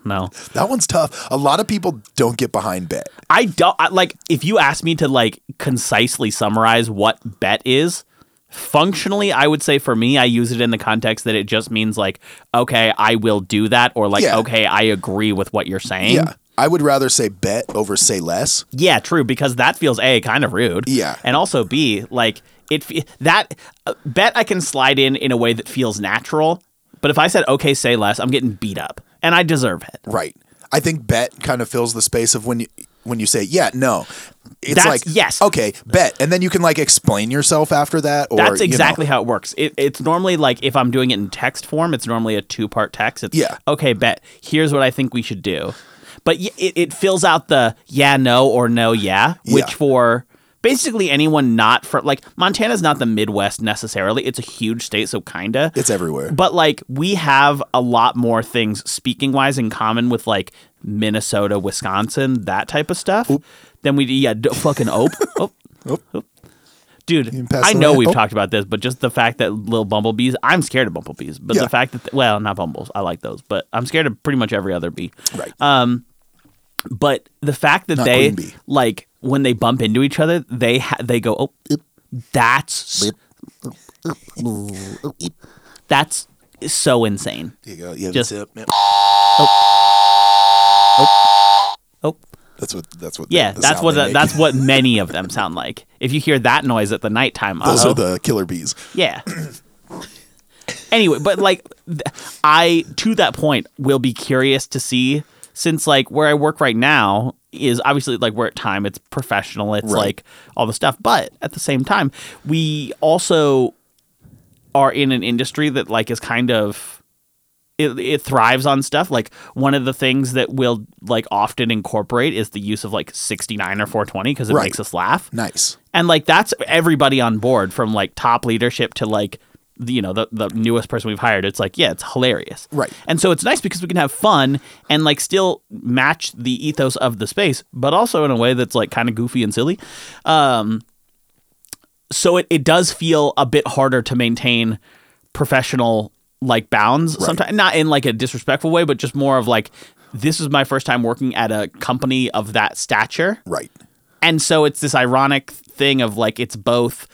S2: No.
S3: that one's tough. A lot of people don't get behind bet.
S2: I don't I, like if you ask me to like concisely summarize what bet is. Functionally, I would say for me, I use it in the context that it just means like, okay, I will do that, or like,
S3: Yeah.
S2: okay, I agree with what you're saying.
S3: Yeah, I would rather say bet over say less.
S2: Yeah, true. Because that feels a kind of rude.
S3: Yeah.
S2: and also b like it fe- that uh, bet I can slide in in a way that feels natural. But if I said okay, say less, I'm getting beat up, and I deserve it.
S3: Right. I think bet kind of fills the space of when you when you say yeah no. It's
S2: That's-
S3: like
S2: yes.
S3: okay bet, and then you can like explain yourself after that. Or
S2: That's
S3: you know,
S2: exactly how it works. It, it's normally like if I'm doing it in text form, it's normally a two part text. It's
S3: Yeah.
S2: okay, bet. Here's what I think we should do. But y- it, it fills out the yeah, no, or no, yeah, which
S3: Yeah.
S2: for basically anyone not from like Montana's not the Midwest necessarily. It's a huge state, so kinda.
S3: It's everywhere.
S2: But like we have a lot more things speaking wise in common with like Minnesota, Wisconsin, that type of stuff. Then we yeah, d- fucking ope. ope. Ope. Dude,
S3: pass
S2: I
S3: the
S2: know
S3: lamp?
S2: we've
S3: Oh.
S2: talked about this, but just the fact that little bumblebees, I'm scared of bumblebees, but
S3: Yeah.
S2: the fact that, well, not bumbles, I like those, but I'm scared of pretty much every other bee.
S3: right.
S2: Uh, But the fact that
S3: Not
S2: they,
S3: queen bee.
S2: like, when they bump into each other, they ha- they go, oh, that's, s- that's so insane.
S3: There you go. Yeah,
S2: just-
S3: that's, it. Yep.
S2: Oh,
S3: that's what that's what
S2: yeah,
S3: the
S2: that's
S3: sound
S2: what,
S3: they
S2: the,
S3: make.
S2: that's what many of them sound like. If you hear that noise at the nighttime,
S3: those
S2: uh-oh.
S3: are the killer bees.
S2: Yeah. anyway, but like, th- I to that point will be curious to see since like where I work right now is obviously like we're at time. It's professional. It's
S3: Right.
S2: like all the stuff, but at the same time, we also are in an industry that like is kind of it, it thrives on stuff like one of the things that we'll like often incorporate is the use of like 69 or 420 because it
S3: Right.
S2: makes us laugh
S3: Nice.
S2: and like that's everybody on board from like top leadership to like the- you know the the newest person we've hired it's like yeah it's hilarious
S3: Right.
S2: and so it's nice because we can have fun and like still match the ethos of the space but also in a way that's like kind of goofy and silly um so it, it does feel a bit harder to maintain professional like bounds sometimes not in like a disrespectful way but just more of like this is my first time working at a company of that stature
S3: Right.
S2: and so it's this ironic thing of like it's both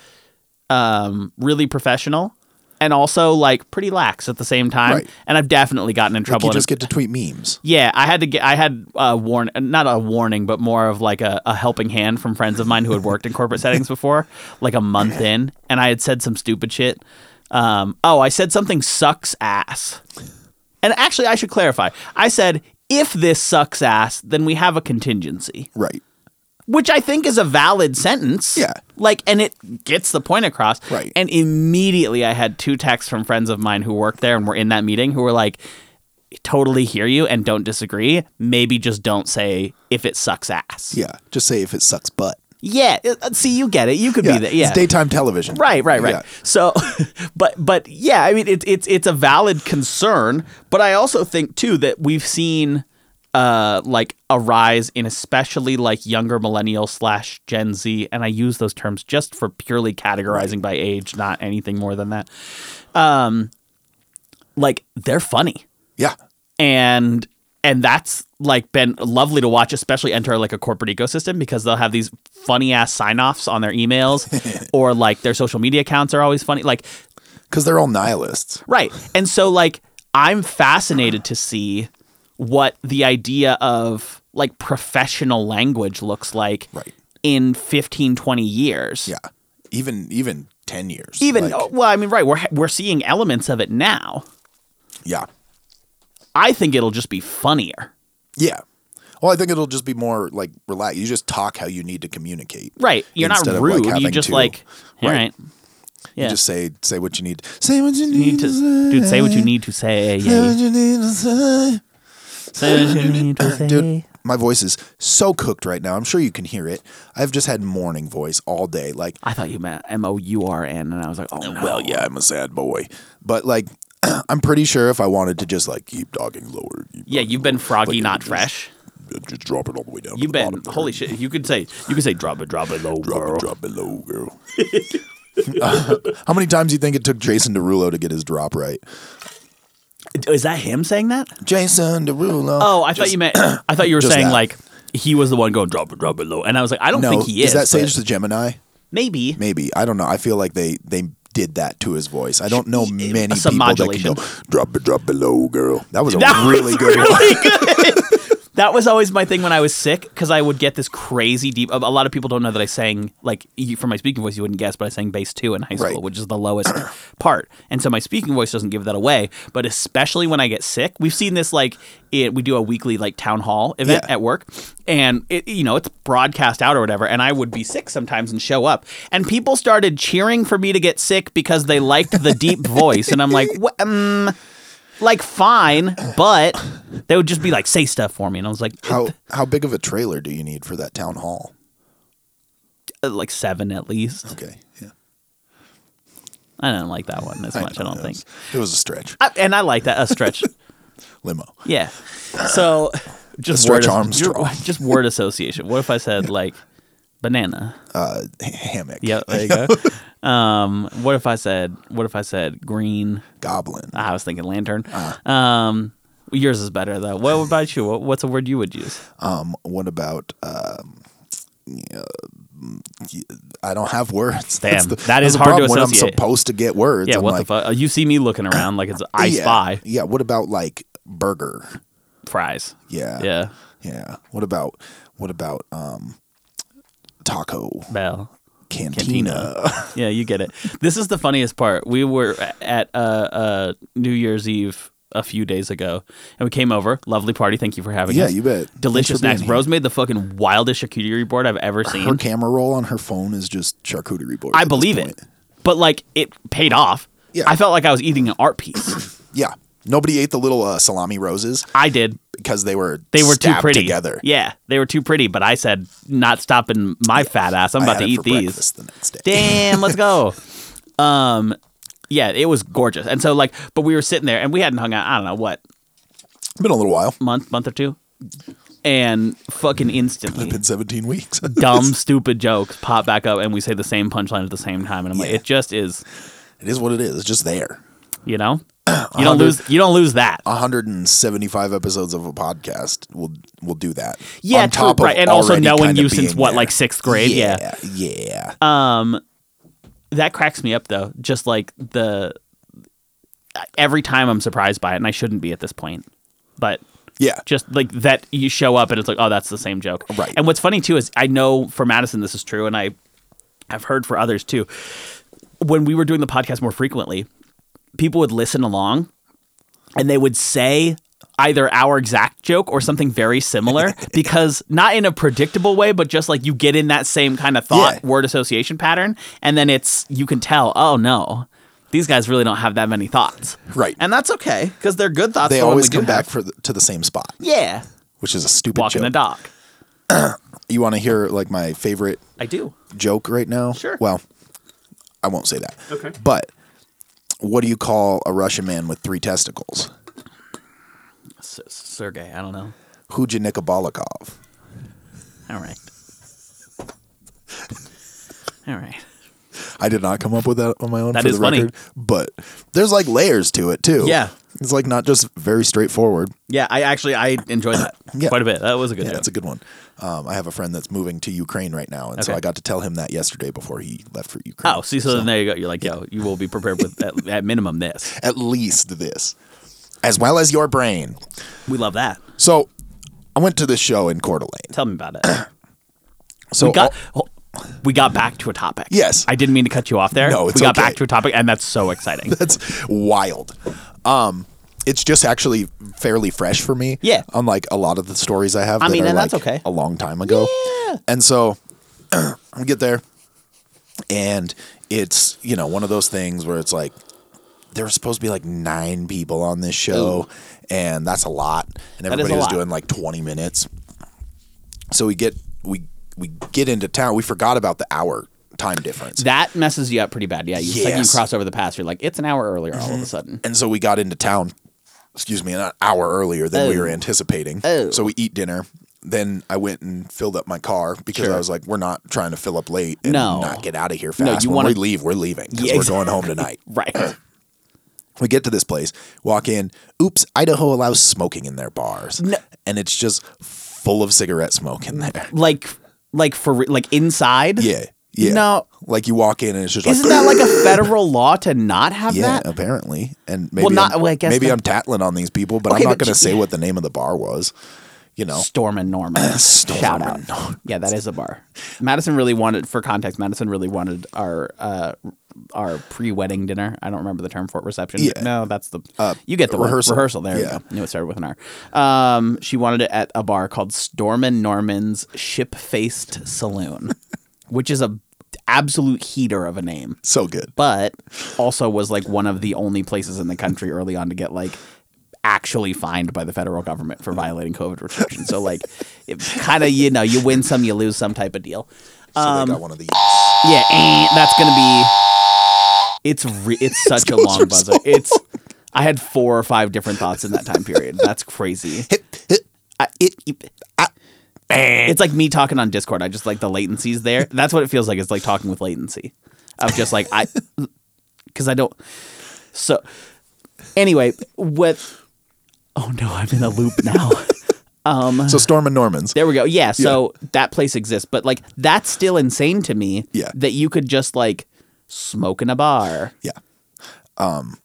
S2: um really professional and also like pretty lax at the same time
S3: Right.
S2: and i've definitely gotten in
S3: Like
S2: trouble
S3: you
S2: and-
S3: just get to tweet memes.
S2: yeah i had to get i had a warn not a warning but more of like a, a helping hand from friends of mine who had worked in corporate settings before like a month in and i had said some stupid shit um oh i said something sucks ass and actually i should clarify i said if this sucks ass then we have a contingency
S3: Right.
S2: which I think is a valid sentence.
S3: Yeah.
S2: Like, and it gets the point across.
S3: Right.
S2: And immediately I had two texts from friends of mine who worked there and were in that meeting who were like, totally hear you and don't disagree. Maybe just don't say if it sucks ass.
S3: Yeah, just say if it sucks butt.
S2: Yeah. uh, See, you get it. You could be there. Yeah.
S3: it's daytime television.
S2: Right, right, right.
S3: Yeah.
S2: So, but but yeah, I mean, it's it's it's a valid concern, but I also think too that we've seen uh like a rise in especially like younger millennial slash Gen Z, and I use those terms just for purely categorizing by age, not anything more than that. Um, like they're funny
S3: Yeah.
S2: and and that's like been lovely to watch especially enter like a corporate ecosystem because they'll have these funny ass sign-offs on their emails or like their social media accounts are always funny like
S3: Because they're all nihilists.
S2: right and so like i'm fascinated to see what the idea of like professional language looks like
S3: Right.
S2: in 15 20 years
S3: Yeah. Even even ten years.
S2: even oh,
S3: Like,
S2: well i mean right we're we're seeing elements of it now
S3: yeah.
S2: i think it'll just be funnier
S3: Yeah. Well, I think it'll just be more like relax. You just talk how you need to communicate.
S2: right you're
S3: Instead
S2: not
S3: of, like,
S2: rude you
S3: having
S2: just
S3: to-
S2: like all
S3: right.
S2: right, yeah
S3: You just say say what you need. Say what you
S2: need
S3: need.
S2: to, dude. Say what you need to say.
S3: Say what
S2: Yeah.
S3: you need to say.
S2: Say what you need to say.
S3: Dude, my voice is so cooked right now. I'm sure you can hear it. I've just had morning voice all day. Like
S2: I thought you meant M O U R N, and I was like, oh no.
S3: Well, yeah, I'm a sad boy. But like, I'm pretty sure if I wanted to just like keep dogging lower, keep
S2: Yeah, you've been froggy,
S3: Like,
S2: not
S3: just-
S2: fresh.
S3: dogging- just drop it all the way down. to
S2: You've
S3: the
S2: been
S3: bottom there.
S2: holy shit. You could say you could say drop it, drop it low,
S3: Drop
S2: girl.
S3: it, drop it low, girl. How many times do you think it took Jason Derulo to get his drop right?
S2: Is that him saying that?
S3: Jason Derulo.
S2: Oh, I thought you meant. I thought you were
S3: Just
S2: saying
S3: that.
S2: like he was the one going drop it, drop it low, and I was like, I don't
S3: no.
S2: think he is.
S3: Is that
S2: but
S3: Sage the Gemini?
S2: Maybe.
S3: Maybe I don't know. I feel like they they did that to his voice. I don't know many
S2: some
S3: people that can
S2: modulation.
S3: go drop it, drop it low, girl. That was a
S2: That was
S3: really good one.
S2: really good. that was always my thing when I was sick because I would get this crazy deep. A a lot of people don't know that I sang like you, from my speaking voice. You wouldn't guess, but I sang bass two in high school,
S3: Right.
S2: which is the lowest part. And so my speaking voice doesn't give that away. But especially when I get sick, we've seen this like it. We do a weekly like town hall event
S3: Yeah.
S2: at work, and it you know it's broadcast out or whatever. And I would be sick sometimes and show up, and people started cheering for me to get sick because they liked the deep voice. And I'm like, what? Um, like fine, but they would just be like, say stuff for me, and I was like,
S3: How how big of a trailer do you need for that town hall?
S2: uh, like seven at least.
S3: Okay, yeah.
S2: I don't like that one as much. I, don't
S3: know,
S2: think,
S3: It was, it was a stretch.
S2: I, and I like that a stretch.
S3: Limo.
S2: yeah, so just
S3: Stretch
S2: word as-
S3: Armstrong.
S2: your- just word association. What if I said like banana?
S3: Uh, h- hammock.
S2: Yeah, there you go. um, what if I said what if I said green?
S3: Goblin.
S2: Ah, I was thinking lantern.
S3: Ah.
S2: Um, yours is better though. What about you? What, what's a word you would use?
S3: Um, what about? Um, yeah, mm, y- I don't have words.
S2: Damn, that is hard to
S3: problem When I'm
S2: associate.
S3: supposed to get words.
S2: Yeah,
S3: I'm
S2: what
S3: like,
S2: the fuck? You see me looking around like it's I
S3: yeah,
S2: spy
S3: Yeah. What about like burger?
S2: fries.
S3: Yeah.
S2: Yeah,
S3: Yeah. What about? What about? Um, taco
S2: Bell.
S3: cantina.
S2: yeah, you get it. This is the funniest part. We were at uh, uh, New Year's Eve a few days ago, and we came over. Lovely party. Thank you for having
S3: Yeah,
S2: us.
S3: you bet. Thanks
S2: Delicious
S3: for being
S2: snacks.
S3: here.
S2: Rose made the fucking wildest charcuterie board I've ever seen.
S3: Her camera roll on her phone is just charcuterie board.
S2: I
S3: at this
S2: believe it,
S3: point.
S2: but like it paid off.
S3: Yeah.
S2: I felt like I was eating an art piece.
S3: Yeah. Nobody ate the little uh, salami roses
S2: I did.
S3: because they were
S2: They were too
S3: stabbed
S2: pretty.
S3: together.
S2: Yeah, they were too pretty. But I said, not stopping my fat ass. I'm
S3: I
S2: about
S3: had
S2: to
S3: it
S2: eat
S3: for
S2: these.
S3: breakfast the next day.
S2: damn, let's go. Um, yeah, it was gorgeous. And so like, but we were sitting there and we hadn't hung out. I don't know what
S3: Been a little while.
S2: month, month or two, and fucking instantly.
S3: Been 17 weeks.
S2: Dumb, stupid jokes pop back up, and we say the same punchline at the same time, and I'm like,
S3: Yeah.
S2: it just is,
S3: it is what it is. It's just there.
S2: you know, you don't lose, you don't lose that.
S3: Uh, 175 episodes of a podcast will will do that.
S2: yeah,
S3: On
S2: true,
S3: top of
S2: right, and also
S3: already
S2: knowing
S3: kinda
S2: you since
S3: being
S2: what,
S3: there.
S2: like sixth grade, yeah. Uh,
S3: yeah, yeah.
S2: Um, That cracks me up though. Just like the every time I'm surprised by it, and I shouldn't be at this point, but
S3: yeah.
S2: just like that you show up and it's like oh that's the same joke
S3: Right.
S2: and what's funny too is i know for madison this is true and i have heard for others too when we were doing the podcast more frequently people would listen along and they would say either our exact joke or something very similar because not in a predictable way, but just like you get in that same kind of thought
S3: Yeah.
S2: word association pattern, and then it's you can tell, oh no, these guys really don't have that many thoughts,
S3: Right.
S2: And that's okay because they're good thoughts.
S3: They
S2: for when
S3: always
S2: we do
S3: come back
S2: have-
S3: for the, to the same spot,
S2: Yeah,
S3: which is a stupid
S2: walking
S3: joke.
S2: the dock.
S3: You want to hear like my favorite
S2: I do.
S3: joke right now?
S2: Sure.
S3: Well, I won't say that.
S2: Okay.
S3: But what do you call a Russian man with three testicles?
S2: S- Sergey, I don't know.
S3: Hujanikabalikov.
S2: All right. All right.
S3: I did not come up with that on my own
S2: That
S3: for
S2: is
S3: the
S2: funny.
S3: record. But there's like layers to it too.
S2: Yeah.
S3: It's like not just very straightforward.
S2: Yeah, I actually I enjoyed that
S3: Yeah.
S2: quite a bit. That was a good
S3: Yeah,
S2: joke.
S3: that's a good one. Um, I have a friend that's moving to Ukraine right now, and so
S2: Okay.
S3: I got to tell him that yesterday before he left for Ukraine.
S2: Oh, see, so, then there you go. You're like, yo, you will be prepared with at, at minimum this.
S3: At least this, as well as your brain.
S2: We love that.
S3: So I went to this show in Coeur d'Alene.
S2: Tell me about it.
S3: So
S2: We got
S3: all-
S2: hol- we got back to a topic.
S3: Yes.
S2: I didn't mean to cut you off there.
S3: No, it's
S2: we got
S3: okay.
S2: back to a topic, and that's so exciting.
S3: that's wild. Um, it's just actually fairly fresh for me.
S2: Yeah.
S3: Unlike a lot of the stories I have.
S2: I
S3: that
S2: mean,
S3: are,
S2: and that's
S3: like,
S2: okay.
S3: A long time ago. Yeah. And so I get there, and it's you know one of those things where it's like there were supposed to be like nine people on this show, and that's a lot. And
S2: That is
S3: everybody
S2: a
S3: was
S2: lot.
S3: doing like twenty minutes. So we get we we get into town. We forgot about the hour time difference.
S2: that messes you up pretty bad. Yeah, you, it's like you
S3: Yes. Mm-hmm.
S2: cross over the pass. You're like, it's an hour earlier all of a sudden.
S3: and so we got into town excuse me an hour earlier than we
S2: Oh.
S3: were anticipating
S2: Oh.
S3: so we eat dinner then i went and filled up my car because
S2: Sure.
S3: i was like we're not trying to fill up late and
S2: No.
S3: not get out of here fast
S2: No, you
S3: when
S2: wanna-
S3: we leave we're leaving because
S2: Yeah,
S3: we're
S2: exa-
S3: going home tonight
S2: Right.
S3: we get to this place walk in oops idaho allows smoking in their bars
S2: No.
S3: and it's just full of cigarette smoke in there
S2: like like for re- like inside.
S3: yeah yeah
S2: No.
S3: like you walk in and it's just
S2: Isn't
S3: like
S2: that like a federal law to not have
S3: yeah, uh,
S2: that?
S3: apparently, and maybe
S2: not-
S3: I'm,
S2: well, I guess
S3: maybe
S2: that-
S3: I'm tattling on these people, but
S2: Okay,
S3: I'm not
S2: but
S3: going to
S2: you-
S3: say what the name of the bar was. You know,
S2: Storm and Norman.
S3: Storm
S2: Shout out.
S3: and Norman.
S2: Yeah, that is a bar. Madison really wanted, for context, Madison really wanted our uh, our pre wedding dinner. I don't remember the term for it, reception.
S3: Yeah. Uh,
S2: No, that's the you get the word.
S3: rehearsal.
S2: Rehearsal. There
S3: Yeah.
S2: you go. Knew it started with an R. Um, she wanted it at a bar called Storm and Norman's Ship Faced Saloon, which is a absolute heater of a name
S3: so good.
S2: but also was like one of the only places in the country early on to get like actually fined by the federal government for violating COVID restrictions. So like, it kind of you know you win some, you lose some type of deal.
S3: So
S2: Um,
S3: they got one of these.
S2: yeah, eh, that's gonna be. It's re- it's such a long buzzer. It's I had four or five different thoughts in that time period. That's crazy. I- it- it- I- it's like me talking on Discord. I just like the latencies there. That's what it feels like. It's like talking with latency. Of just like I, because I don't. So, anyway, with oh no, I'm in a loop now. Um,
S3: So Storm and Norman's.
S2: There we go. Yeah. So that place exists, but like that's still insane to me.
S3: Yeah.
S2: That you could just like smoke in a bar.
S3: Yeah. Um,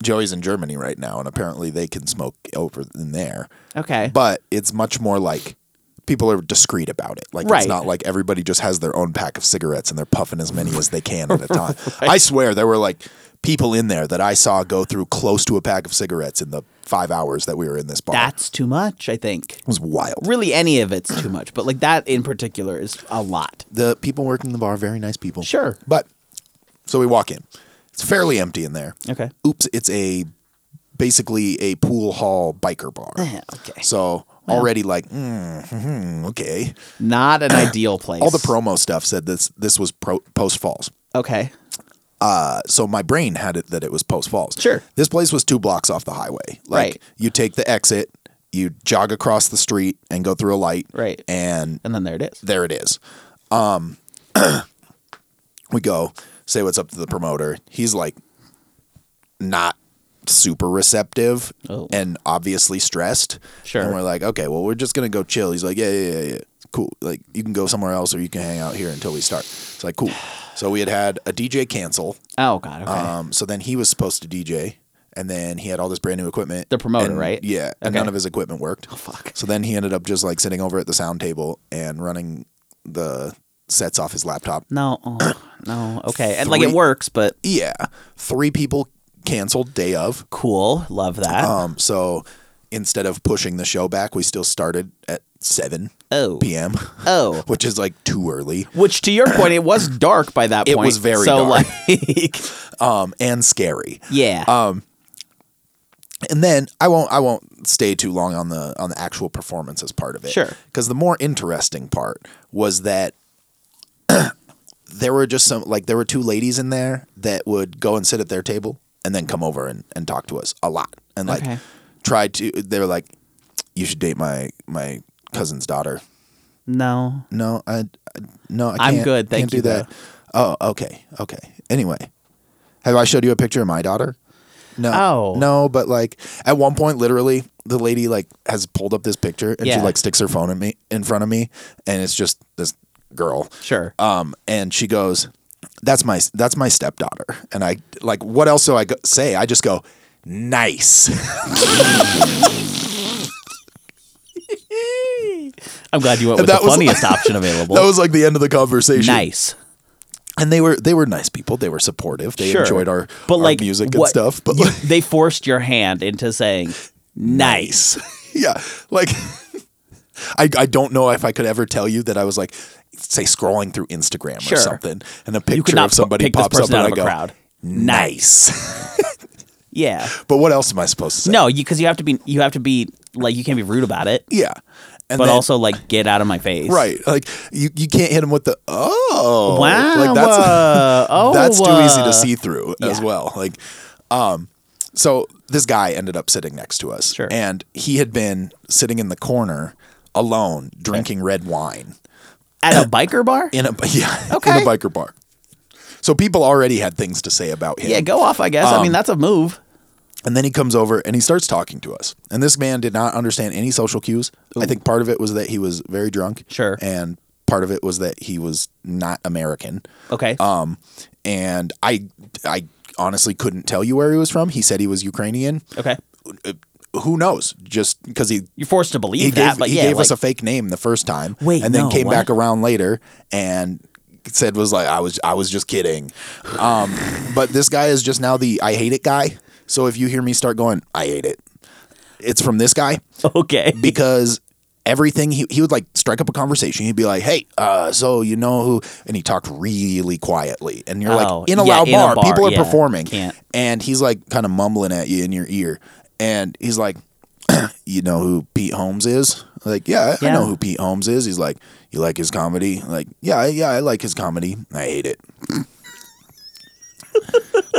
S3: Joey's in Germany right now, and apparently they can smoke over in there,
S2: Okay.
S3: but it's much more like people are discreet about it. Like
S2: Right.
S3: it's not like everybody just has their own pack of cigarettes and they're puffing as many as they can at a time. I swear there were like people in there that I saw go through close to a pack of cigarettes in the five hours that we were in this bar.
S2: that's too much. I think.
S3: It was wild.
S2: Really, any of it's too much, but like that in particular is a lot.
S3: The people working the bar, very nice people.
S2: Sure.
S3: But so we walk in. It's fairly empty in there.
S2: Okay.
S3: Oops, it's a basically a pool hall biker bar.
S2: Eh, okay.
S3: So already like, mm, hmm, okay.
S2: Not an ideal place.
S3: All the promo stuff said this this was pro, post falls.
S2: Okay.
S3: Uh, so my brain had it that it was post falls.
S2: Sure.
S3: This place was two blocks off the highway. Like
S2: Right.
S3: you take the exit, you jog across the street and go through a light.
S2: Right.
S3: And
S2: And then there it is.
S3: there it is. Um, we go say what's up to the promoter. He's like not super receptive
S2: Oh.
S3: and obviously stressed.
S2: Sure.
S3: And we're like, okay, well, we're just gonna go chill. He's like, yeah, yeah, yeah, yeah. Cool. Like you can go somewhere else or you can hang out here until we start. It's like cool. So we had had a DJ cancel.
S2: Oh God. Okay.
S3: Um, so then he was supposed to DJ, and then he had all this brand new equipment.
S2: The promoter,
S3: and-
S2: right?
S3: Yeah, and
S2: Okay.
S3: none of his equipment worked. Oh,
S2: fuck.
S3: So then he ended up just like sitting over at the sound table and running the sets off his laptop.
S2: no. Oh, no. Okay. And like it
S3: three-
S2: works, but
S3: Yeah, three people canceled day of.
S2: Cool. Love that.
S3: Um, so instead of pushing the show back, we still started at 7
S2: Oh.
S3: p.m.,
S2: oh.
S3: which is like too early
S2: Which, to your point, it was dark by that
S3: It
S2: point.
S3: was very
S2: so,
S3: dark.
S2: like,
S3: um, and scary.
S2: yeah.
S3: Um, And then I won't I won't stay too long on the on the actual performance as part of it.
S2: Sure.
S3: Because the more interesting part was that there were just some like there were two ladies in there that would go and sit at their table and then come over and, and talk to us a lot. And like
S2: Okay.
S3: tried to they were like, You should date my my cousin's daughter.
S2: no.
S3: No, I, I- no, I
S2: I'm
S3: can't,
S2: good, thank
S3: can't
S2: you,
S3: do that. Oh, okay, okay. Anyway, have I showed you a picture of my daughter? No,
S2: Oh.
S3: no. But like at one point, literally, the lady like has pulled up this picture and she
S2: Yeah.
S3: like sticks her phone in me in front of me, and it's just this girl.
S2: Sure.
S3: Um, and she goes, "That's my that's my stepdaughter," and I like, what else do I go- say? I just go, "Nice."
S2: I'm glad you went with
S3: That
S2: the
S3: was-
S2: funniest option available.
S3: that was like the end of the conversation.
S2: nice.
S3: and they were they were nice people. They were supportive. They
S2: Sure.
S3: enjoyed our,
S2: but
S3: our
S2: like
S3: music and
S2: what-
S3: stuff. But
S2: you-
S3: like,
S2: they forced your hand into saying nice.
S3: yeah, like I I don't know if I could ever tell you that I was like say scrolling through Instagram
S2: Sure.
S3: or something, and a
S2: You could
S3: picture
S2: not
S3: of somebody
S2: pick this
S3: pops up
S2: person
S3: and
S2: out
S3: I
S2: of a
S3: go
S2: crowd.
S3: nice.
S2: Yeah.
S3: but what else am I supposed to say?
S2: No, because you have to be. You have to be like you can't be rude about it,
S3: Yeah, and
S2: but
S3: then-
S2: also like get out of my face.
S3: right, like you you can't hit them with the oh
S2: Wow.
S3: like that's
S2: uh, oh,
S3: that's too easy
S2: uh,
S3: to see through as
S2: yeah.
S3: well. Like, um, so this guy ended up sitting next to us,
S2: Sure.
S3: and he had been sitting in the corner alone, drinking red wine
S2: at a biker bar.
S3: in a yeah in
S2: Okay.
S3: a biker bar. So people already had things to say about him.
S2: Yeah, go off. I guess. I
S3: Um,
S2: mean, that's a move.
S3: And then he comes over and he starts talking to us. And this man did not understand any social cues. I think part of it was that he was very drunk.
S2: Sure.
S3: And part of it was that he was not American.
S2: Okay.
S3: Um, and I, I honestly couldn't tell you where he was from. He said he was Ukrainian.
S2: okay.
S3: Who knows? Just because he
S2: You're forced to believe
S3: he
S2: that,
S3: gave,
S2: but
S3: he
S2: yeah,
S3: gave us a
S2: like-
S3: fake name the first time,
S2: Wait,
S3: and then
S2: no,
S3: came
S2: what?
S3: back around later and said was like I was I was just kidding. Um, but this guy is just now the I hate it guy. So if you hear me start going I hate it, it's from this guy
S2: okay.
S3: because everything he, he would like strike up a conversation he'd be like hey uh so you know who and he talked really quietly and you're
S2: Oh,
S3: like in a
S2: yeah,
S3: loud
S2: in a
S3: bar,
S2: bar,
S3: people are
S2: yeah,
S3: performing
S2: can't.
S3: and he's like kind of mumbling at you in your ear and he's like you know who pete holmes is like yeah, I- i
S2: Yeah.
S3: know who pete holmes is he's like you like his comedy like yeah I- yeah i like his comedy i hate it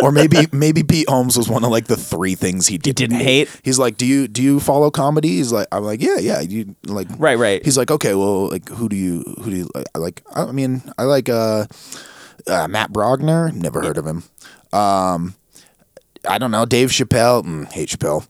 S3: or maybe maybe Pete Holmes was one of like the three things he didn't,
S2: didn't hate?
S3: He's like, do you do you follow comedy? He's like, I'm like, yeah, yeah. You like
S2: Right, right.
S3: He's like, okay, well, like who do you who do you like? I like? I mean, I like uh, uh Matt Brogner. Never heard of him. Um, I don't know Dave Chappelle. Mm, hate Chappelle.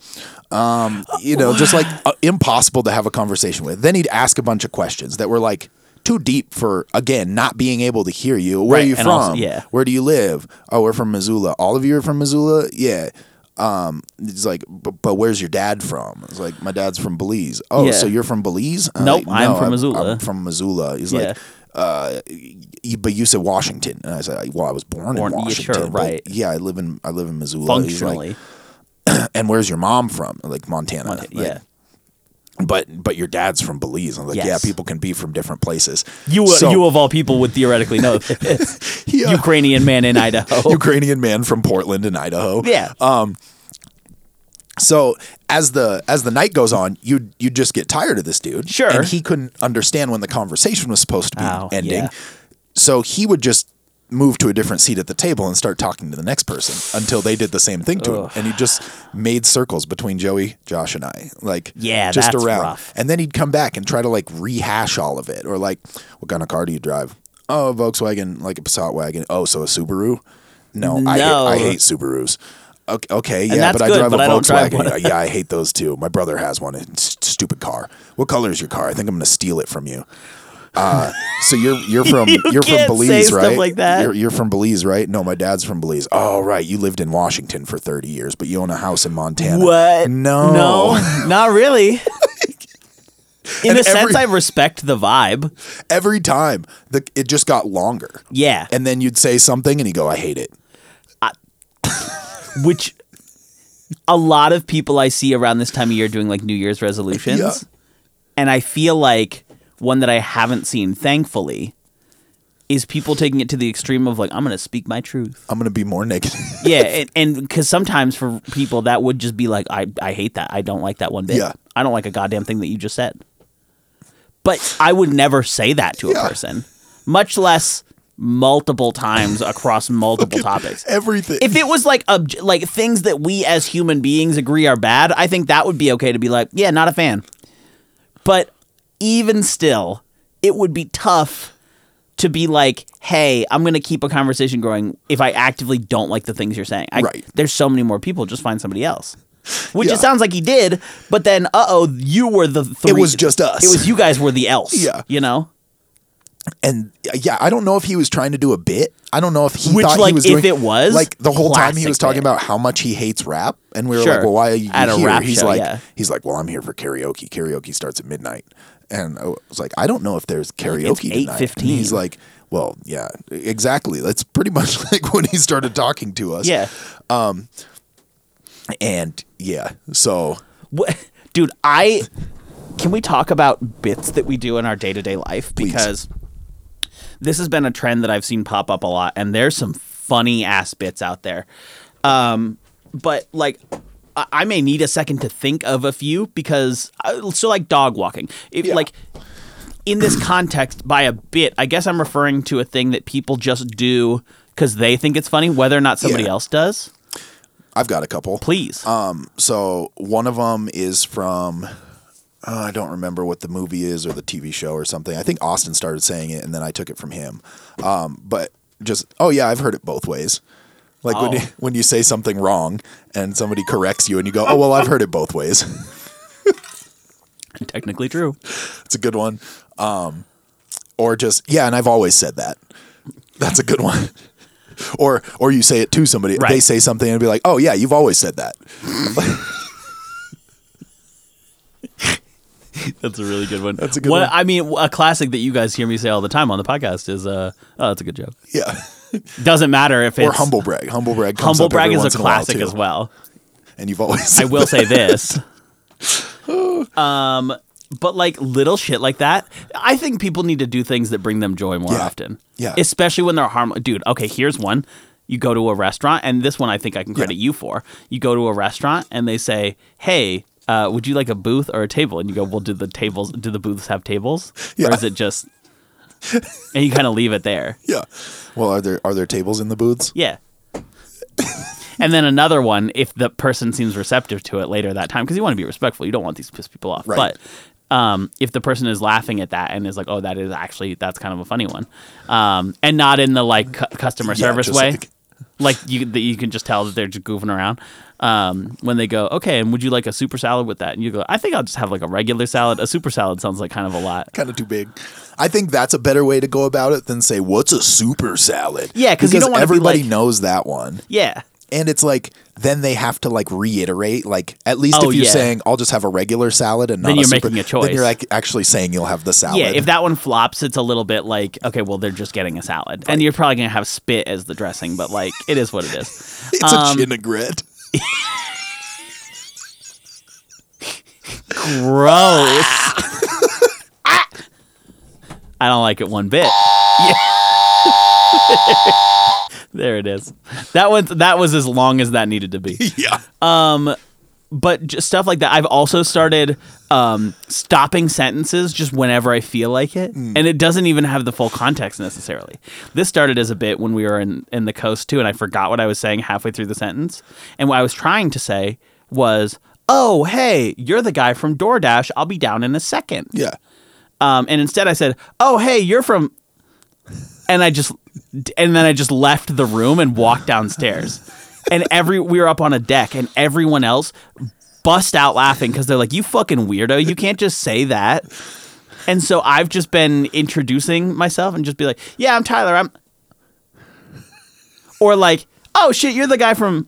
S3: Um, you know, just like uh, impossible to have a conversation with. Then he'd ask a bunch of questions that were like. Too deep for again not being able to hear you. Where
S2: Right,
S3: are you
S2: and
S3: from?
S2: also- yeah.
S3: where do you live? Oh, we're from Missoula. All of you are from Missoula? Yeah. Um, it's like, but, but where's your dad from? It's like, my dad's from Belize. Oh,
S2: Yeah.
S3: so you're from Belize? I'm
S2: Nope,
S3: like,
S2: I'm from
S3: I'm,
S2: Missoula."
S3: I'm from Missoula. He's
S2: Yeah.
S3: like, uh, y- but you said Washington, and I said, well, I was born,
S2: Born-
S3: in
S2: yeah,
S3: Washington.
S2: sure,
S3: but
S2: right.
S3: Yeah, I live in I live in Missoula. He's like,
S2: Functionally.
S3: and where's your mom from? I'm Like Montana.
S2: Monta-
S3: Like,
S2: yeah.
S3: But but your dad's from Belize. I'm like,
S2: Yes.
S3: yeah, people can be from different places.
S2: You, uh,
S3: So-
S2: you of all people would theoretically know this.
S3: Yeah.
S2: Ukrainian man in Idaho.
S3: Ukrainian man from Portland in Idaho.
S2: yeah.
S3: Um, So as the as the night goes on, you you just get tired of this dude.
S2: Sure.
S3: And he couldn't understand when the conversation was supposed to be
S2: Ow,
S3: ending.
S2: yeah.
S3: So he would just move to a different seat at the table and start talking to the next person until they did the same thing to him. And he just made circles between Joey, Josh, and I. Like
S2: Yeah,
S3: just
S2: that's
S3: around.
S2: rough.
S3: And then he'd come back and try to like rehash all of it. Or like, what kind of car do you drive? Oh, a Volkswagen, like a Passat wagon. Oh, so a Subaru? No, I, hate,
S2: No.
S3: I hate Subarus. Okay, okay yeah,
S2: that's
S3: but I
S2: good,
S3: drive
S2: but
S3: a
S2: I don't drive
S3: Volkswagen.
S2: one.
S3: Uh, yeah, I hate those too. My brother has one. It's a stupid car. What color is your car? I think I'm going to steal it from you. Uh, so you're you're from
S2: You
S3: you are
S2: can't
S3: from Belize,
S2: say stuff
S3: right?
S2: like that.
S3: You're, you're from Belize, right? No, my dad's from Belize. Oh, right. You lived in Washington for 30 years, but you own a house in Montana.
S2: What?
S3: No.
S2: No, not really. In
S3: And
S2: a sense,
S3: every-
S2: I respect the vibe.
S3: Every time, the it just got longer.
S2: Yeah.
S3: And then you'd say something, and he'd go, "I hate it."
S2: Which a lot of people I see around this time of year doing like New Year's resolutions.
S3: Yeah.
S2: And I feel like one that I haven't seen, thankfully, is people taking it to the extreme of like, I'm going to speak my truth.
S3: I'm gonna be more negative.
S2: yeah. And because sometimes for people, that would just be like, I, I hate that. I don't like that one bit.
S3: Yeah.
S2: I don't like a goddamn thing that you just said. But I would never say that to a
S3: Yeah.
S2: person, much less multiple times across multiple topics
S3: Everything.
S2: if it was like obj- like things that we as human beings agree are bad, I think that would be okay to be like, yeah, not a fan. But even still, it would be tough to be like, hey, I'm gonna keep a conversation going if I actively don't like the things you're saying. I,
S3: Right.
S2: There's so many more people. Just find somebody else. Which
S3: Yeah.
S2: it sounds like he did, but then uh oh, you were the three.
S3: was just us.
S2: It was you guys were the else.
S3: Yeah.
S2: you know.
S3: and uh, yeah, I don't know if he was trying to do a bit. I don't know if he
S2: Which,
S3: thought
S2: like,
S3: he was
S2: if
S3: doing,
S2: it was,
S3: like the whole time he was
S2: classic
S3: talking
S2: bit.
S3: about how much he hates rap, and we were
S2: Sure.
S3: like, "Well, why are you
S2: At a
S3: here?"
S2: rap
S3: he's
S2: show,
S3: like,
S2: yeah.
S3: "He's like, well, I'm here for karaoke. Karaoke starts at midnight." And I was like, "I don't know if there's karaoke
S2: it's
S3: tonight." And
S2: 8:15.
S3: He's like, "Well, yeah, exactly. That's pretty much like when he started talking to us."
S2: Yeah,
S3: and yeah, so
S2: What, dude, I can we talk about bits that we do in our day to day life because this has been a trend that I've seen pop up a lot, and there's some funny ass bits out there. Um, but like. I- I may need a second to think of a few because, I- so like dog walking. If
S3: Yeah.
S2: like in this context, by a bit, I guess I'm referring to a thing that people just do because they think it's funny, whether or not somebody
S3: Yeah.
S2: else does.
S3: I've got a couple.
S2: Please,
S3: Um, so one of them is from uh, I don't remember what the movie is or the TV show or something. I think Austin started saying it, and then I took it from him. Um, but just oh yeah, I've heard it both ways. Like when
S2: Oh.
S3: you, when you say something wrong and somebody corrects you, and you go, oh well, I've heard it both ways.
S2: technically true.
S3: It's a good one. Um, or just yeah, and I've always said that. That's a good one. or or you say it to somebody,
S2: Right.
S3: they say something and be like, "Oh yeah, you've always said that."
S2: That's a really good one. That's
S3: a good one.
S2: I mean, a classic that you guys hear me say all the time on the podcast is, uh, "Oh, that's a good joke."
S3: Yeah.
S2: Doesn't matter if it's
S3: or humble brag. Humble brag. Comes
S2: Humble
S3: up every
S2: brag is a
S3: once in while,
S2: classic
S3: too.
S2: as well.
S3: And you've always.
S2: I will say this. um, but like little shit like that, I think people need to do things that bring them joy more
S3: Yeah.
S2: often.
S3: Yeah.
S2: Especially when they're harmless. Dude, okay, here's one. You go to a restaurant, and this one I think I can credit you for. You go to a restaurant, and they say, "Hey, uh, would you like a booth or a table?" And you go, "Well, do the tables? Do the booths have tables, or
S3: Yeah.
S2: is it just?" and you kind of leave it there.
S3: yeah. Well, are there are there tables in the booths?
S2: Yeah. and then another one, if the person seems receptive to it later that time, because you want to be respectful, you don't want these piss people off.
S3: Right.
S2: But um, if the person is laughing at that and is like, "Oh, that is actually that's kind of a funny one," um, and not in the like cu- customer
S3: Yeah,
S2: service
S3: just
S2: way, like,
S3: like-
S2: you that you can just tell that they're just goofing around. Um, when they go, "Okay, and would you like a super salad with that?" and you go, "I think I'll just have like a regular salad. A super salad sounds like kind of a lot."
S3: Kind of too big. I think that's a better way to go about it than say, "What's a super salad?"
S2: Yeah, 'cause you don't wanna be
S3: everybody
S2: like-
S3: knows that one,
S2: Yeah.
S3: and it's like then they have to like reiterate. Like at least
S2: Oh,
S3: if you're
S2: yeah.
S3: saying, "I'll just have a regular salad," and not
S2: Then
S3: a
S2: you're
S3: super,
S2: making a choice.
S3: then you're like actually saying you'll have the salad.
S2: Yeah, if that one flops, it's a little bit like, okay, well, they're just getting a salad. And you're probably going to have spit as the dressing, but like, it is what it is.
S3: it's
S2: um,
S3: a vinaigrette.
S2: Gross. I don't like it one bit. Yeah. there it is. That one that was as long as that needed to be.
S3: Yeah.
S2: but just stuff like that. I've also started um, stopping sentences just whenever I feel like it, and it doesn't even have the full context necessarily. This started as a bit when we were in in the coast too, and I forgot what I was saying halfway through the sentence, and what I was trying to say was, "Oh, hey, you're the guy from DoorDash. I'll be down in a second.
S3: yeah.
S2: Um, and instead, I said, "Oh, hey, you're from," and I just, and then I just left the room and walked downstairs. And every we were up on a deck, and everyone else bust out laughing because they're like, "You fucking weirdo! You can't just say that." And so I've just been introducing myself and just be like, "Yeah, I'm Tyler. I'm," or like, "Oh shit, you're the guy from."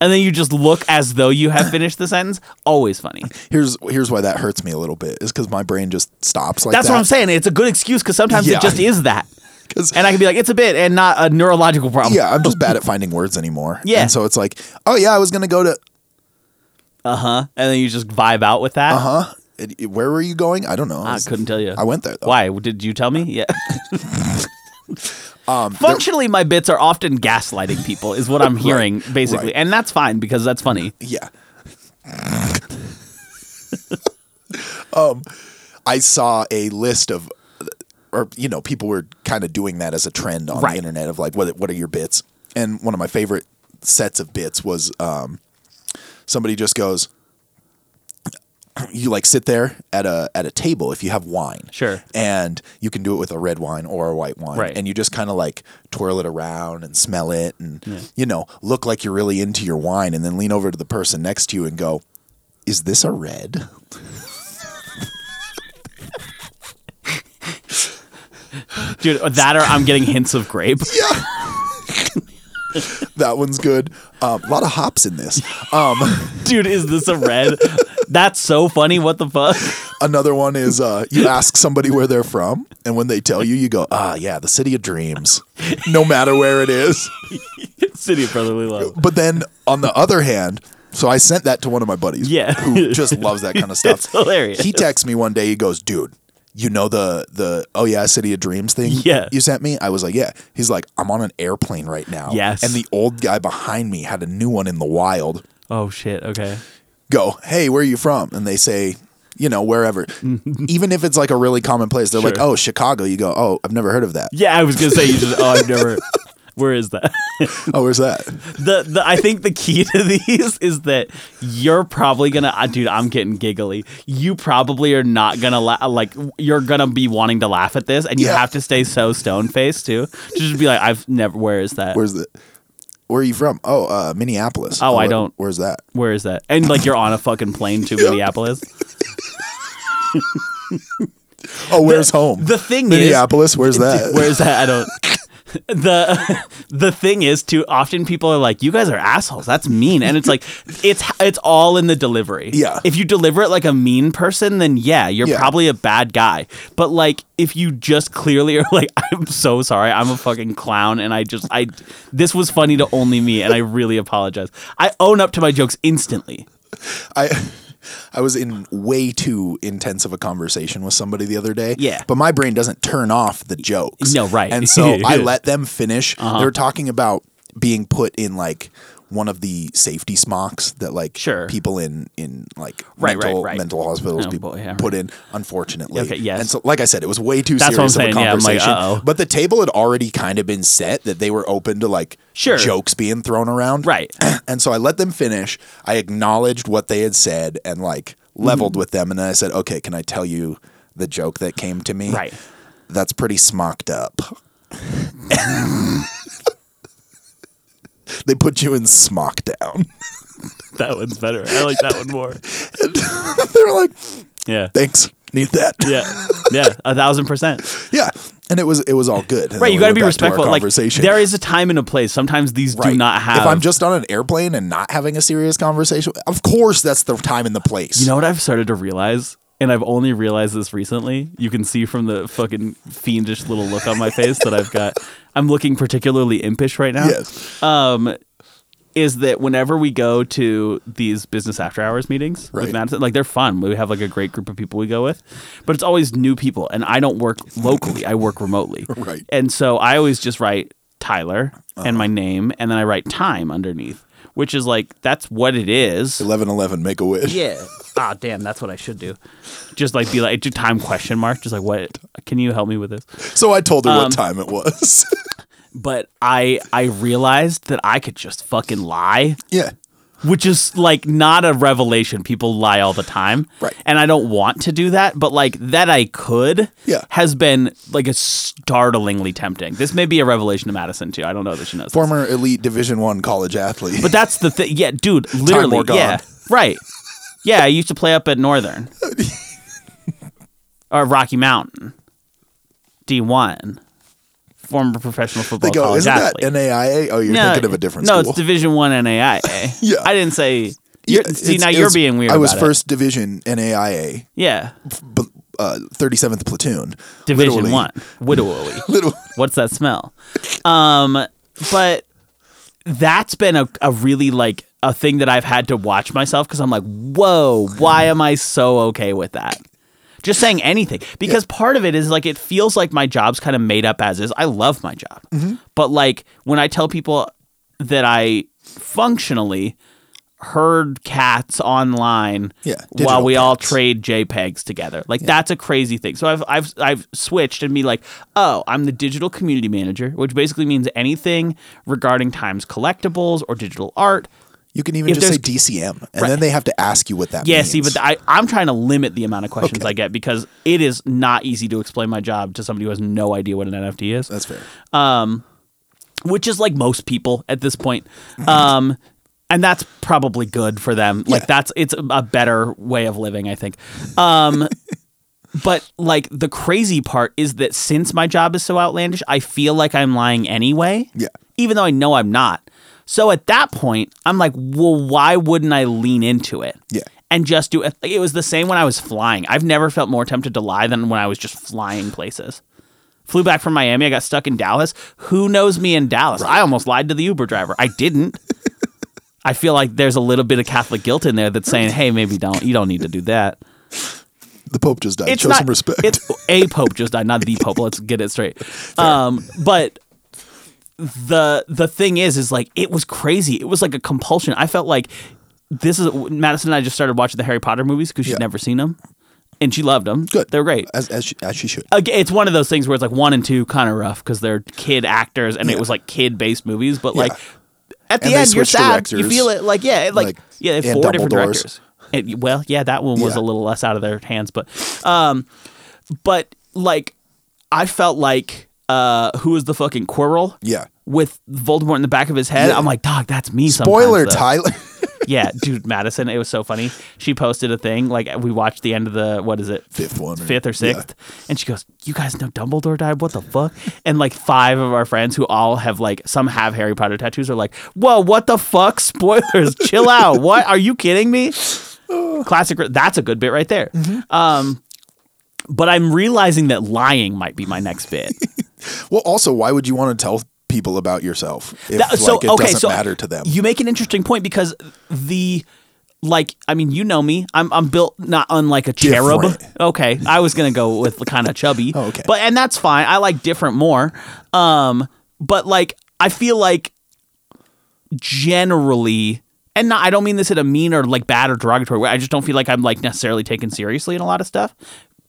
S2: And then you just look as though you have finished the sentence. Always funny.
S3: Here's here's why that hurts me a little bit is because my brain just stops like
S2: That's
S3: that.
S2: what I'm saying. It's a good excuse because sometimes
S3: Yeah.
S2: it just is that.
S3: because
S2: and I can be like, it's a bit and not a neurological problem.
S3: yeah, I'm just bad at finding words anymore.
S2: Yeah.
S3: and so it's like, oh yeah, I was gonna go to
S2: Uh huh. And then you just vibe out with that. Uh
S3: huh. It- it- Where were you going? I don't know.
S2: I
S3: was-
S2: couldn't tell you.
S3: Uh-huh. I went there. Though.
S2: Why? Did you tell me? Yeah.
S3: Um,
S2: Functionally, my bits are often gaslighting people, is what I'm hearing, basically.
S3: right.
S2: And that's fine because that's funny.
S3: Yeah. um, I saw a list of, or you know, people were kind of doing that as a trend on
S2: Right.
S3: the internet of like, what what are your bits? And one of my favorite sets of bits was um, somebody just goes, you like sit there at a at a table if you have wine,
S2: Sure.
S3: and you can do it with a red wine or a white wine,
S2: Right.
S3: and you just kind of like twirl it around and smell it and you know look like you're really into your wine and then lean over to the person next to you and go is this a red
S2: Dude, or that or I'm getting hints of grape.
S3: that one's good um, a lot of hops in this um,
S2: Dude, is this a red? That's so funny. What the fuck?
S3: another one is uh, you ask somebody where they're from and when they tell you you go ah yeah the city of dreams no matter where it is
S2: City of Brotherly Love.
S3: but then on the other hand so I sent that to one of my buddies
S2: Yeah.
S3: who just loves that kind of stuff
S2: It's hilarious.
S3: He texts me one day. He goes, "Dude, you know the the oh yeah City of Dreams thing?
S2: Yeah.
S3: you sent me." I was like, "Yeah." He's like, "I'm on an airplane right now."
S2: Yes.
S3: And the old guy behind me had a new one in the wild.
S2: Oh, shit. Okay.
S3: Go, hey, where are you from? And they say, you know, wherever. Even if it's like a really common place, they're like,
S2: Sure.
S3: "Oh, Chicago." You go, "Oh, I've never heard of that.
S2: Yeah, I was going to say, you just, oh, I've never. Where is that?
S3: Oh, where's that?"
S2: the, the I think the key to these is that you're probably gonna, uh, dude. I'm getting giggly. You probably are not gonna la- uh, like. You're gonna be wanting to laugh at this, and you
S3: Yeah.
S2: have to stay so stone faced too. To just be like, I've never. Where is that?
S3: Where's the where are you from? Oh, uh, Minneapolis.
S2: Oh, I
S3: wh-
S2: don't-
S3: Where's that?
S2: where is that? And like, you're on a fucking plane to Minneapolis.
S3: Oh, where's home?
S2: The thing is,
S3: Minneapolis. where's that?
S2: Where's that? I don't. The the thing is, too often people are like, "You guys are assholes." That's mean, and it's like, it's it's all in the delivery.
S3: Yeah.
S2: If you deliver it like a mean person, then yeah, you're
S3: Yeah.
S2: probably a bad guy. But like, if you just clearly are like, "I'm so sorry, I'm a fucking clown," and I just I this was funny to only me, and I really apologize. I own up to my jokes instantly.
S3: I I was in way too intense of a conversation with somebody the other day.
S2: Yeah.
S3: But my brain doesn't turn off the jokes.
S2: No, right. Uh-huh.
S3: And so I let them finish. They were talking about being put in like one of the safety smocks that like
S2: Sure.
S3: people in in like
S2: Right, right,
S3: mental,
S2: right.
S3: mental hospitals
S2: Oh,
S3: be
S2: boy, yeah,
S3: put in unfortunately
S2: Okay, yes.
S3: and so like I said it was way too
S2: That's what I'm
S3: serious of a
S2: saying, yeah, I'm like,
S3: conversation
S2: uh-oh.
S3: but the table had already kind of been set that they were open to like
S2: Sure.
S3: jokes being thrown around
S2: Right.
S3: and so I let them finish. I acknowledged what they had said and like leveled
S2: Mm-hmm.
S3: with them. And then I said, okay, can I tell you the joke that came to me?
S2: Right.
S3: That's pretty smocked up. they put you in smock down.
S2: That one's better. I like that one more.
S3: They're like,
S2: Yeah.
S3: thanks, need that.
S2: Yeah. Yeah. A thousand percent.
S3: Yeah. And it was it was all good. And
S2: Right,
S3: then
S2: you
S3: we
S2: got to
S3: went
S2: be
S3: back to our
S2: respectful. like
S3: conversation.
S2: there is a time and a place. Sometimes these do
S3: Right.
S2: not have.
S3: If I'm just on an airplane and not having a serious conversation, of course that's the time and the place.
S2: you know what I've started to realize, and I've only realized this recently. You can see from the fucking fiendish little look on my face that I've got. I'm looking particularly impish right now.
S3: Yes.
S2: Um, is that whenever we go to these business after hours meetings with
S3: Right.
S2: Madison, like they're fun. We have like a great group of people we go with, but it's always new people, and I don't work locally. I work remotely.
S3: Right. Uh-huh.
S2: And so I always just write Tyler and my name, and then I write time underneath, which is like that's what it is.
S3: Eleven eleven, make a wish.
S2: Yeah. Ah, damn. That's what I should do. Just like be like, do time question mark. Just like, what? Can you help me with this?
S3: So I told her
S2: Um,
S3: what time it was.
S2: But I I realized that I could just fucking lie,
S3: yeah.
S2: which is like not a revelation. People lie all the time,
S3: Right.
S2: And I don't want to do that, but like that I could,
S3: Yeah.
S2: has been like a startlingly tempting. This may be a revelation to Madison too. I don't know that she knows. this.
S3: Former elite Division One college athlete.
S2: But that's the thing. Yeah, dude, literally.
S3: war gone.
S2: yeah. Right. Yeah, I used to play up at Northern. or Rocky Mountain. D1. Former professional football
S3: they go,
S2: college
S3: isn't that
S2: athlete.
S3: NAIA? Oh, you're thinking of a different
S2: no,
S3: school.
S2: it's Division 1 NAIA.
S3: Yeah.
S2: I didn't say you're,
S3: Yeah,
S2: See,
S3: it's-
S2: now
S3: it
S2: you're
S3: was-
S2: being weird
S3: I was
S2: about it.
S3: first division NAIA,
S2: Yeah.
S3: but uh, 37th Platoon.
S2: Division
S3: Literally.
S2: One, widowy.
S3: Literally.
S2: What's that smell? Um, but that's been a, a really like a thing that I've had to watch myself because I'm like, whoa, why am I so okay with that? Just saying anything because part of it is like it feels like my job's kind of made up as is. I love my job,
S3: Mm-hmm.
S2: but like when I tell people that I functionally herd cats online
S3: Yeah,
S2: while
S3: digital
S2: we all
S3: cats.
S2: trade trade JPEGs together. Like that's a crazy thing. So I've I've I've switched and be like, oh, I'm the digital community manager, which basically means anything regarding Times collectibles or digital art.
S3: You can even
S2: If
S3: just say
S2: there's-
S3: DCM, and then they have to ask you what that
S2: Yeah,
S3: means.
S2: see, but I I'm trying to limit the amount of questions I get because it is not easy to explain my job to somebody who has no idea what an NFT is.
S3: that's fair.
S2: which is like most people at this point. Um, and that's probably good for them. Like
S3: Yeah.
S2: that's it's a better way of living, I think. Um, but like the crazy part is that since my job is so outlandish, I feel like I'm lying anyway.
S3: Yeah.
S2: Even though I know I'm not. So at that point, I'm like, well, why wouldn't I lean into it?
S3: Yeah.
S2: And just do it. Like, it was the same when I was flying. I've never felt more tempted to lie than when I was just flying places flew back from Miami. I got stuck in Dallas. Who knows me in Dallas? I almost lied to the Uber driver. I didn't. I feel like there's a little bit of Catholic guilt in there that's saying, "Hey, maybe don't. You don't need to do that."
S3: The Pope just died.
S2: It's
S3: Show
S2: not
S3: some respect.
S2: It's a pope just died, not the pope. Let's get it straight. Um, but the the thing is, is like it was crazy. It was like a compulsion. I felt like this is Madison and I just started watching the Harry Potter movies because she'd
S3: Yeah.
S2: never seen them, and she loved them.
S3: Good.
S2: they're great
S3: as as she, as she should.
S2: again, it's one of those things where it's like one and two kind of rough because they're kid actors and it
S3: Yeah.
S2: was like kid based movies, but
S3: Yeah.
S2: like at the
S3: And they
S2: end you're
S3: switched
S2: sad, you
S3: directors.
S2: feel it like yeah, it, like,
S3: Like,
S2: yeah, they
S3: and
S2: four different
S3: Dumbledores.
S2: directors. And, well, yeah, that one was
S3: Yeah.
S2: a little less out of their hands, but um, but like I felt like uh, who was the fucking Quirrell?
S3: Yeah.
S2: With Voldemort in the back of his head,
S3: Yeah.
S2: I'm like, dog, that's me. sometimes,
S3: Spoiler,
S2: though."
S3: Tyler.
S2: yeah, dude, Madison, it was so funny. She posted a thing like we watched the end of the what is it,
S3: Fifth one or-
S2: fifth or sixth, and she goes, "You guys know Dumbledore died? What the fuck?" And like five of our friends who all have like some have Harry Potter tattoos are like, "Whoa, what the fuck? Spoilers, chill out. What are you kidding me?" Classic. That's a good bit right there.
S3: Mm-hmm.
S2: Um, but I'm realizing that lying might be my next bit.
S3: well, also, why would you want to tell people about yourself if
S2: That-
S3: like, it doesn't matter to them?
S2: You make an interesting point because the like I mean you know me I'm I'm built not unlike a cherub.
S3: Different.
S2: Okay, I was gonna go with kind of chubby.
S3: Oh, okay.
S2: but and that's fine. I like different more. Um, but like I feel like generally. And not, I don't mean this in a mean or like bad or derogatory way. I just don't feel like I'm like necessarily taken seriously in a lot of stuff.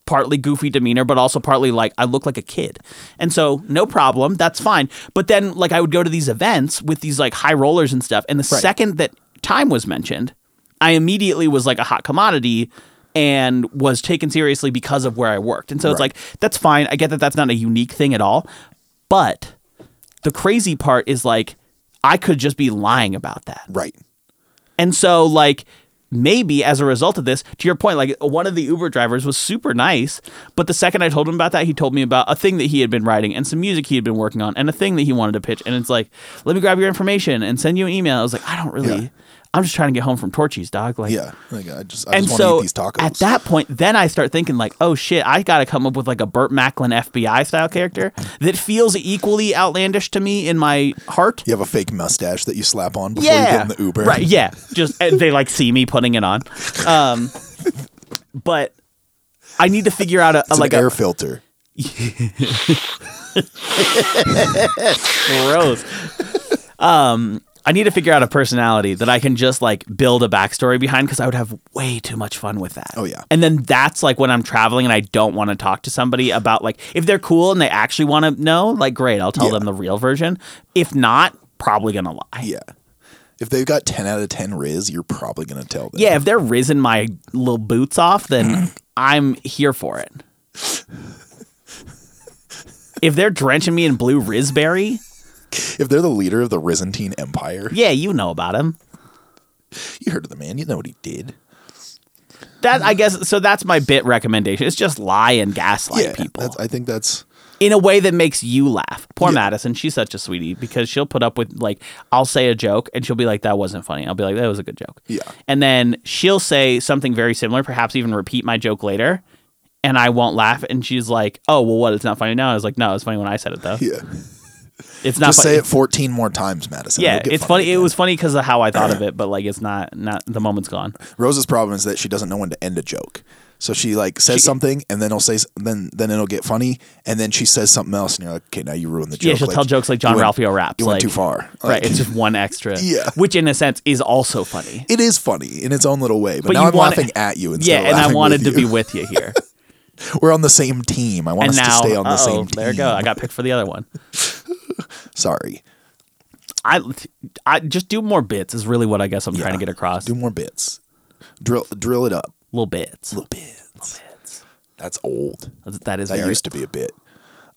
S2: Partly goofy demeanor, but also partly like I look like a kid. And so no problem, that's fine. But then like I would go to these events with these like high rollers and stuff. And the second that time was mentioned, I immediately was like a hot commodity and was taken seriously because of where I worked. And so it's
S3: Right.
S2: like that's fine. I get that that's not a unique thing at all. But the crazy part is like I could just be lying about that.
S3: right.
S2: And so like maybe as a result of this, to your point, like one of the Uber drivers was super nice, but the second I told him about that, he told me about a thing that he had been writing and some music he had been working on and a thing that he wanted to pitch. And it's like, let me grab your information and send you an email. I was like, I don't really
S3: Yeah.
S2: I'm just trying to get home from Torchy's dog. Like
S3: Yeah. Like, I just, I
S2: and
S3: just
S2: so
S3: want to eat these tacos.
S2: at that point, then I start thinking like, oh shit, I gotta come up with like a Burt Macklin FBI style character that feels equally outlandish to me in my heart.
S3: you have a fake mustache that you slap on before you
S2: Yeah,
S3: get in the Uber.
S2: right? Yeah, just and they like see me putting it on, um, but I need to figure out a,
S3: It's
S2: like
S3: an air
S2: a
S3: filter.
S2: gross. Um, I need to figure out a personality that I can just like build a backstory behind because I would have way too much fun with that.
S3: Oh, yeah.
S2: And then that's like when I'm traveling and I don't want to talk to somebody about like if they're cool and they actually want to know, like great, I'll tell
S3: Yeah.
S2: them the real version. If not, probably gonna lie.
S3: Yeah. If they've got 10 out of 10 Riz, you're probably going to tell them.
S2: Yeah, if they're rizzing my little boots off, then I'm here for it. If they're drenching me in blue Rizberry,
S3: If they're the leader of the Byzantine Empire,
S2: yeah, you know about him.
S3: you heard of the man. You know what he did.
S2: That I guess so. That's my bit recommendation. It's just lie and gaslight
S3: yeah.
S2: people
S3: That's, I think that's.
S2: in a way that makes you laugh. Poor Madison, she's such a sweetie because she'll put up with like I'll say a joke and she'll be like that wasn't funny. I'll be like that was a good joke.
S3: Yeah.
S2: And then she'll say something very similar, perhaps even repeat my joke later. and I won't laugh. And she's like, oh, well, what? It's not funny now. I was like, no, it's funny when I said it, though.
S3: Yeah.
S2: It's not
S3: Just say
S2: funny.
S3: it 14 more times, Madison.
S2: yeah,
S3: It'll get
S2: it's funny. It
S3: again.
S2: was funny because of how I thought of it, but like, it's not, not the moment's gone.
S3: Rose's problem is that she doesn't know when to end a joke. So she like says something, and then it'll say s- then then it'll get funny, and then she says something else, and you're like, okay, now you ruined the joke.
S2: Yeah, she'll tell jokes like John
S3: you went-
S2: Ralphio raps.
S3: You went
S2: like,
S3: too far.
S2: right.
S3: Like,
S2: It's just one extra.
S3: Yeah.
S2: Which, in a sense, is also funny.
S3: it is funny in its own little way, but,
S2: But
S3: now
S2: you
S3: I'm
S2: want-
S3: laughing at you instead.
S2: Yeah,
S3: of
S2: and I
S3: laughing
S2: wanted
S3: with
S2: to be
S3: you.
S2: with you here.
S3: We're on the same team. I want
S2: and
S3: us
S2: now,
S3: to stay on the
S2: uh-oh,
S3: same team.
S2: there you go. I got picked for the other one.
S3: Sorry.
S2: I, I just do more bits is really what I guess I'm trying to
S3: Yeah.
S2: get across.
S3: Do more bits. Drill drill it up.
S2: Little bits.
S3: Little bits. That's old.
S2: That is
S3: That
S2: very
S3: used to be a bit.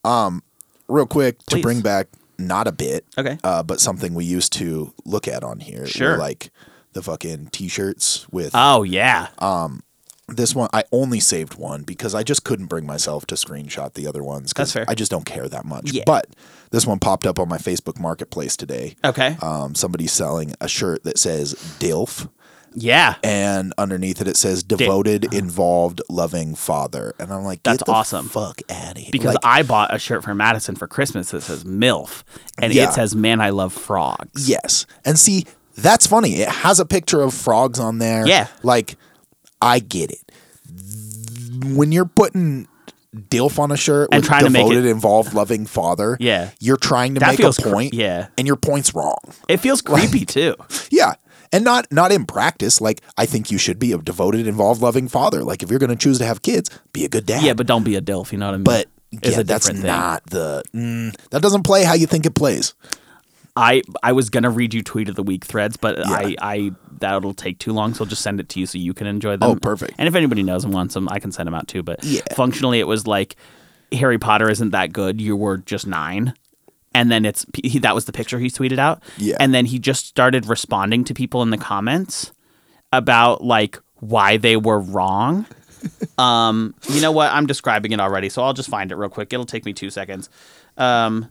S3: Um, real quick to
S2: Please.
S3: bring back not a bit,
S2: Okay.
S3: uh, but something we used to look at on here. were
S2: Sure.
S3: like the fucking t-shirts with
S2: Oh yeah.
S3: Uh, this one. I only saved one because I just couldn't bring myself to screenshot the other ones. 'cause
S2: That's fair.
S3: I just don't care that much.
S2: Yeah.
S3: But this one popped up on my Facebook Marketplace today.
S2: okay.
S3: Um, somebody's selling a shirt that says DILF.
S2: yeah.
S3: and underneath it it says devoted, involved, loving father. And I'm like, Get
S2: That's
S3: the
S2: awesome.
S3: Fuck out here.
S2: Because
S3: Like,
S2: I bought a shirt for Madison for Christmas that says MILF and
S3: Yeah.
S2: it says Man I Love Frogs.
S3: yes, and see that's funny. It has a picture of frogs on there.
S2: Yeah.
S3: like I get it. When you're putting DILF on a shirt
S2: And
S3: with
S2: trying to make it-
S3: devoted, involved, loving father,
S2: Yeah.
S3: you're trying to
S2: That
S3: make
S2: feels
S3: a
S2: cr-
S3: point,
S2: yeah.
S3: and your point's wrong.
S2: It feels creepy too.
S3: Yeah. And not not in practice. Like I think you should be a devoted, involved, loving father. Like if you're going to choose to have kids, be a good dad.
S2: Yeah, but don't be a DILF, you know what I mean?
S3: but
S2: it's
S3: yeah,
S2: a different
S3: that's
S2: thing.
S3: not the mm, that doesn't play how you think it plays.
S2: I I was gonna read you tweet of the week threads, but I I that'll take too long, so I'll just send it to you so you can enjoy them.
S3: Oh, perfect.
S2: And if anybody knows and wants them, I can send them out too. But
S3: Yeah.
S2: functionally, it was like Harry Potter isn't that good. You were just nine. And then it's he, that was the picture he tweeted out.
S3: Yeah.
S2: And then he just started responding to people in the comments about like why they were wrong. Um, you know what? I'm describing it already, so I'll just find it real quick. It'll take me two seconds. Um,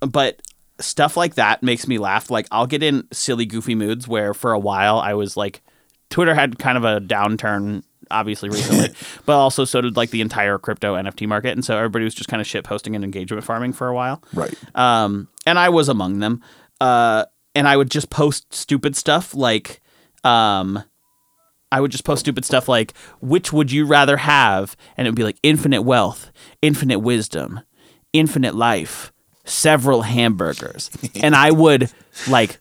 S2: but stuff like that makes me laugh. Like I'll get in silly, goofy moods where for a while I was like, Twitter had kind of a downturn, obviously recently, but also so did like the entire crypto NFT market, and so everybody was just kind of shit posting and engagement farming for a while
S3: Right.
S2: um, and I was among them. Uh, and I would just post stupid stuff like, um, I would just post stupid stuff like, which would you rather have? And it would be like infinite wealth, infinite wisdom, infinite life, several hamburgers. and I would like,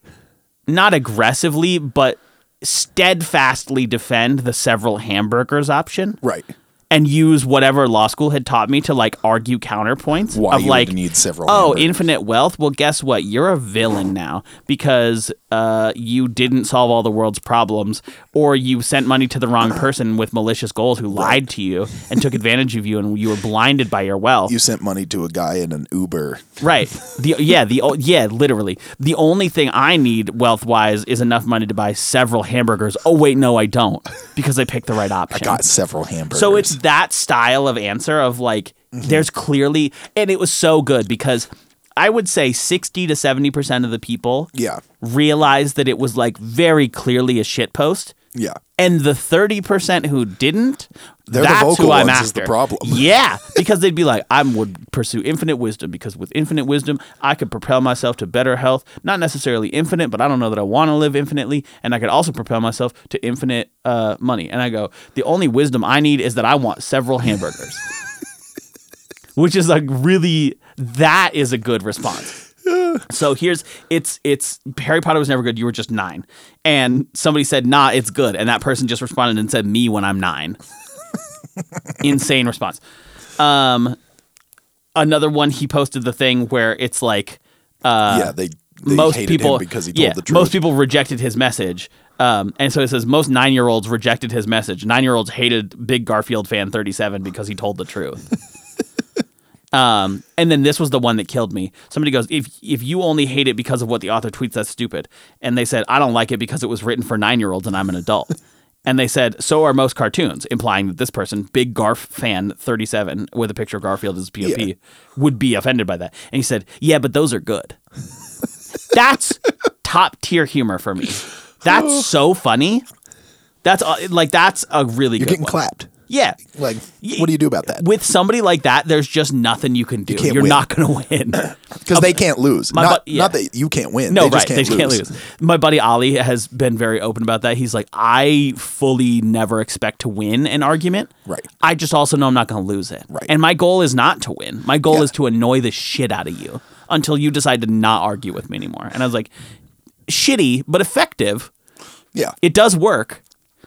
S2: not aggressively, but steadfastly defend the several hamburgers option
S3: Right.
S2: and use whatever law school had taught me to like argue counterpoints
S3: Why
S2: of
S3: you
S2: like
S3: would need several
S2: oh
S3: hamburgers.
S2: infinite wealth well guess what you're a villain now because uh, you didn't solve all the world's problems or you sent money to the wrong person with malicious goals who lied to you and took advantage of you and you were blinded by your wealth
S3: You sent money to a guy in an Uber.
S2: Right. The yeah, the o- yeah, literally. The only thing I need wealth-wise is enough money to buy several hamburgers. Oh wait, no, I don't because I picked the right option.
S3: Got several hamburgers.
S2: So it's that style of answer of like there's clearly and it was so good because I would say 60 to 70% of the people
S3: Yeah.
S2: realized that it was like very clearly a shit post.
S3: yeah.
S2: And the 30% who didn't,
S3: They're the
S2: that's
S3: vocal
S2: who I'm
S3: ones
S2: after.
S3: is the problem.
S2: Yeah, because they'd be like, I would pursue infinite wisdom because with infinite wisdom, I could propel myself to better health. Not necessarily infinite, but I don't know that I want to live infinitely. And I could also propel myself to infinite uh, money. And I go, the only wisdom I need is that I want several hamburgers. Which is like really, that is a good response. So here's it's it's Harry Potter was never good. You were just nine, and somebody said, "Nah, it's good," and that person just responded and said, "Me when I'm nine. Insane response. Um, another one he posted the thing where it's like
S3: yeah, they, they
S2: Uh, most
S3: hated
S2: people
S3: him because he told
S2: yeah,
S3: the truth.
S2: most people rejected his message. Um, and so it says most nine year olds rejected his message. Nine year olds hated Big Garfield fan 37 because he told the truth. um, and then this was the one that killed me. Somebody goes, if, if you only hate it because of what the author tweets, that's stupid. And they said, I don't like it because it was written for nine year olds and I'm an adult. And they said, so are most cartoons, implying that this person, Big Garf fan 37, with a picture of Garfield as POP,
S3: Yeah.
S2: would be offended by that. And he said, yeah, but those are good. That's top tier humor for me. That's so funny. That's uh, like that's a really
S3: You're
S2: good
S3: getting
S2: one.
S3: clapped.
S2: Yeah.
S3: Like, what do you do about that?
S2: With somebody like that, there's just nothing you can do.
S3: can't
S2: You are
S3: win.
S2: not going to win.
S3: Because they can't lose.
S2: my
S3: Not,
S2: bu- yeah.
S3: not that you can't win.
S2: No,
S3: they
S2: right.
S3: Just can't
S2: they
S3: lose.
S2: can't lose. My buddy Ali has been very open about that. He's like, I fully never expect to win an argument.
S3: Right.
S2: I just also know I'm not going to lose it.
S3: Right.
S2: And my goal is not to win. My goal
S3: Yeah.
S2: is to annoy the shit out of you until you decide to not argue with me anymore. And I was like, shitty but effective.
S3: Yeah.
S2: It does work.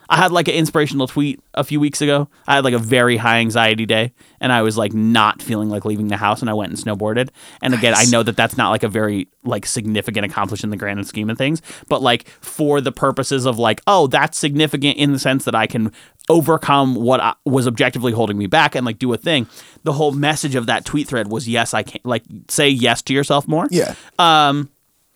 S2: I had like an inspirational tweet a few weeks ago. I had like a very high anxiety day and I was like not feeling like leaving the house and I went and snowboarded. And again, I know that that's not like a very like significant accomplishment in the grand scheme of things, but like for the purposes of like, oh, that's significant in the sense that I can overcome what I, was objectively holding me back and like do a thing. The whole message of that tweet thread was yes, I can like say yes to yourself more
S3: Yeah. Um,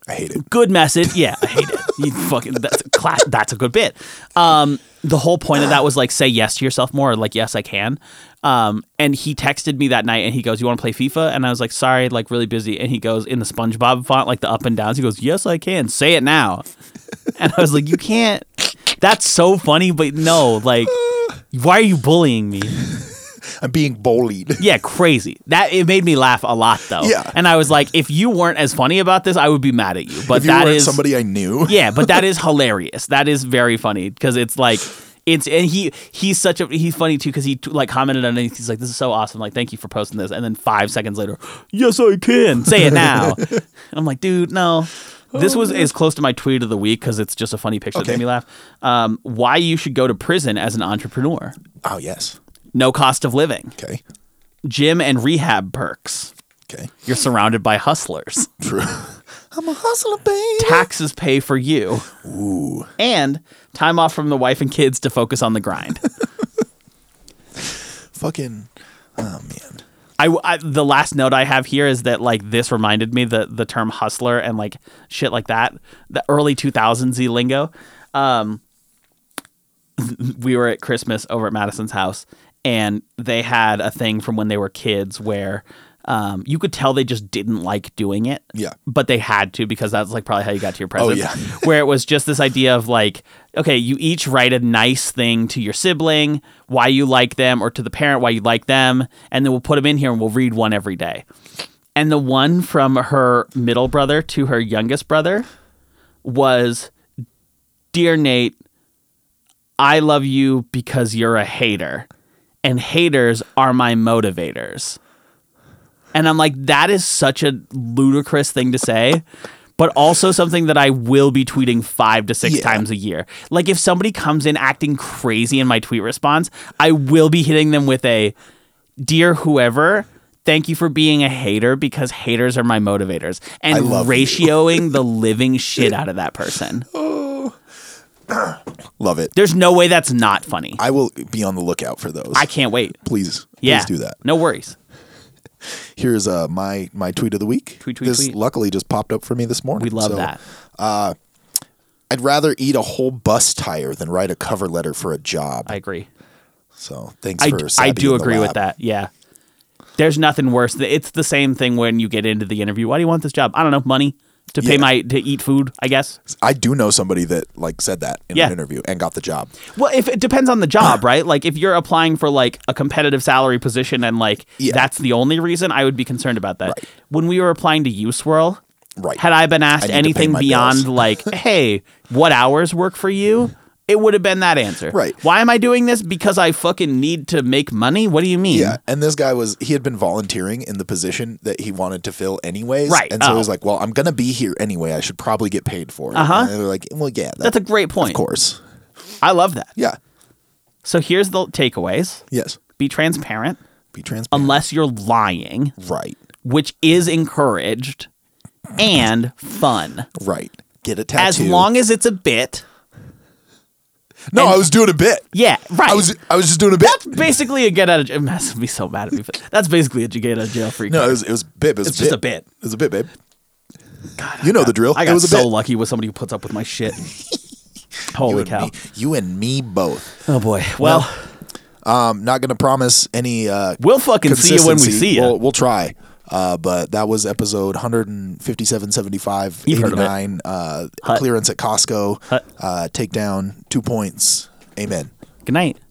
S3: I hate it.
S2: good message. Yeah, I hate it. You fucking that's a class, that's a good bit. Um, the whole point of that was like say yes to yourself more, or like yes I can. Um, and he texted me that night and he goes, "You want to play FIFA?" And I was like, "Sorry, like really busy." And he goes in the SpongeBob font, like the up and downs. He goes, "Yes I can. Say it now." And I was like, "You can't." That's so funny, but no, like, why are you bullying me?
S3: I'm being bullied.
S2: Yeah, crazy. That it made me laugh a lot though.
S3: Yeah.
S2: and I was like, if you weren't as funny about this, I would be mad at you. But
S3: if you
S2: that
S3: weren't
S2: is-
S3: somebody I knew,
S2: yeah, but that is hilarious. That is very funny because it's like it's and he he's such a he's funny too because he like commented on it. He's like, "This is so awesome! Like, thank you for posting this." And then five seconds later, yes, I can say it now. I'm like, dude, no. This was as close to my tweet of the week because it's just a funny picture that
S3: Okay.
S2: made me laugh. Um, why you should go to prison as an entrepreneur?
S3: Oh yes.
S2: No cost of living,
S3: Okay.
S2: gym and rehab perks.
S3: Okay.
S2: You're surrounded by hustlers.
S3: True. I'm a hustler, babe.
S2: taxes pay for you. And time off from the wife and kids to focus on the grind.
S3: Fucking. Oh man.
S2: I, I- the last note I have here is that like this reminded me the the term hustler and like shit like that, the early 2000s y lingo. Um, we were at Christmas over at Madison's house and they had a thing from when they were kids where um, you could tell they just didn't like doing it.
S3: Yeah. Oh,
S2: But they had to because that's like probably how you got to your presents.
S3: yeah.
S2: where it was just this idea of like, okay, you each write a nice thing to your sibling, why you like them, or to the parent, why you like them, and then we'll put them in here and we'll read one every day. And the one from her middle brother to her youngest brother was Dear Nate, I love you because you're a hater, and haters are my motivators. And I'm like, that is such a ludicrous thing to say, but also something that I will be tweeting five to six
S3: Yeah.
S2: times a year. Like, if somebody comes in acting crazy in my tweet response, I will be hitting them with a Dear whoever, thank you for being a hater because haters are my motivators. And
S3: love you.
S2: ratioing the living shit out of that person.
S3: Love it.
S2: There's no way that's not funny.
S3: I will be on the lookout for those.
S2: I can't wait.
S3: Please,
S2: Yeah.
S3: please do that.
S2: No worries.
S3: Here's uh, my my tweet of the week.
S2: Tweet, tweet,
S3: this
S2: tweet.
S3: luckily just popped up for me this morning.
S2: We love
S3: so
S2: that.
S3: I'd rather eat a whole bus tire than write a cover letter for a job.
S2: I agree.
S3: so thanks
S2: I,
S3: for.
S2: I
S3: Sabby
S2: do
S3: in the
S2: agree with
S3: lab.
S2: that. Yeah. There's nothing worse. than- It's the same thing when you get into the interview. Why do you want this job? I don't know. Money to pay
S3: Yeah.
S2: my to eat food, I guess.
S3: I do know somebody that like said that in
S2: Yeah.
S3: an interview and got the job.
S2: Well, if it depends on the job, right? Like if you're applying for like a competitive salary position and like
S3: Yeah.
S2: that's the only reason, I would be concerned about that.
S3: Right.
S2: When we were applying to USwirl,
S3: Right.
S2: had I been
S3: I
S2: asked
S3: need to pay
S2: anything
S3: my
S2: beyond
S3: bills.
S2: like, hey, what hours work for you? It would have been that answer.
S3: Right.
S2: Why am I doing this? Because I fucking need to make money? What do you mean?
S3: Yeah, and this guy was he had been volunteering in the position that he wanted to fill anyways,
S2: Right,
S3: And so
S2: oh.
S3: he was like, "Well, I'm gonna be here anyway. I should probably get paid for it." Uh
S2: Uh-huh.
S3: And they were like, "Well, yeah,
S2: That's a great point.
S3: of course,
S2: I love that.
S3: yeah,
S2: So here's the takeaways.
S3: yes,
S2: Be transparent
S3: be transparent,
S2: unless you're lying,
S3: right,
S2: which is encouraged and fun.
S3: right." Get a tattoo.
S2: As long as it's a bit.
S3: no, I was doing a bit.
S2: Yeah, right.
S3: I was I was just doing a bit.
S2: basically a get out of jail. Mass would be so mad at me. for- That's basically a get out of jail free.
S3: No,
S2: card.
S3: it was it was bib. It was
S2: It's just a bit.
S3: It was a bit, babe. you know the drill.
S2: I
S3: it
S2: got
S3: was a
S2: so
S3: bit.
S2: lucky with somebody who puts up with my shit.
S3: You
S2: Holy
S3: and
S2: cow!
S3: me- you and me both.
S2: Oh boy. Well,
S3: I'm not gonna promise any. Uh,
S2: we'll fucking see you when we
S3: consistency.
S2: see you.
S3: We'll, we'll try. Uh, but that was episode 157, 75,
S2: You've heard of it.
S3: 89. Uh,
S2: Hut.
S3: clearance at Costco.
S2: Hut.
S3: Uh, takedown, two points. Amen.
S2: Good night.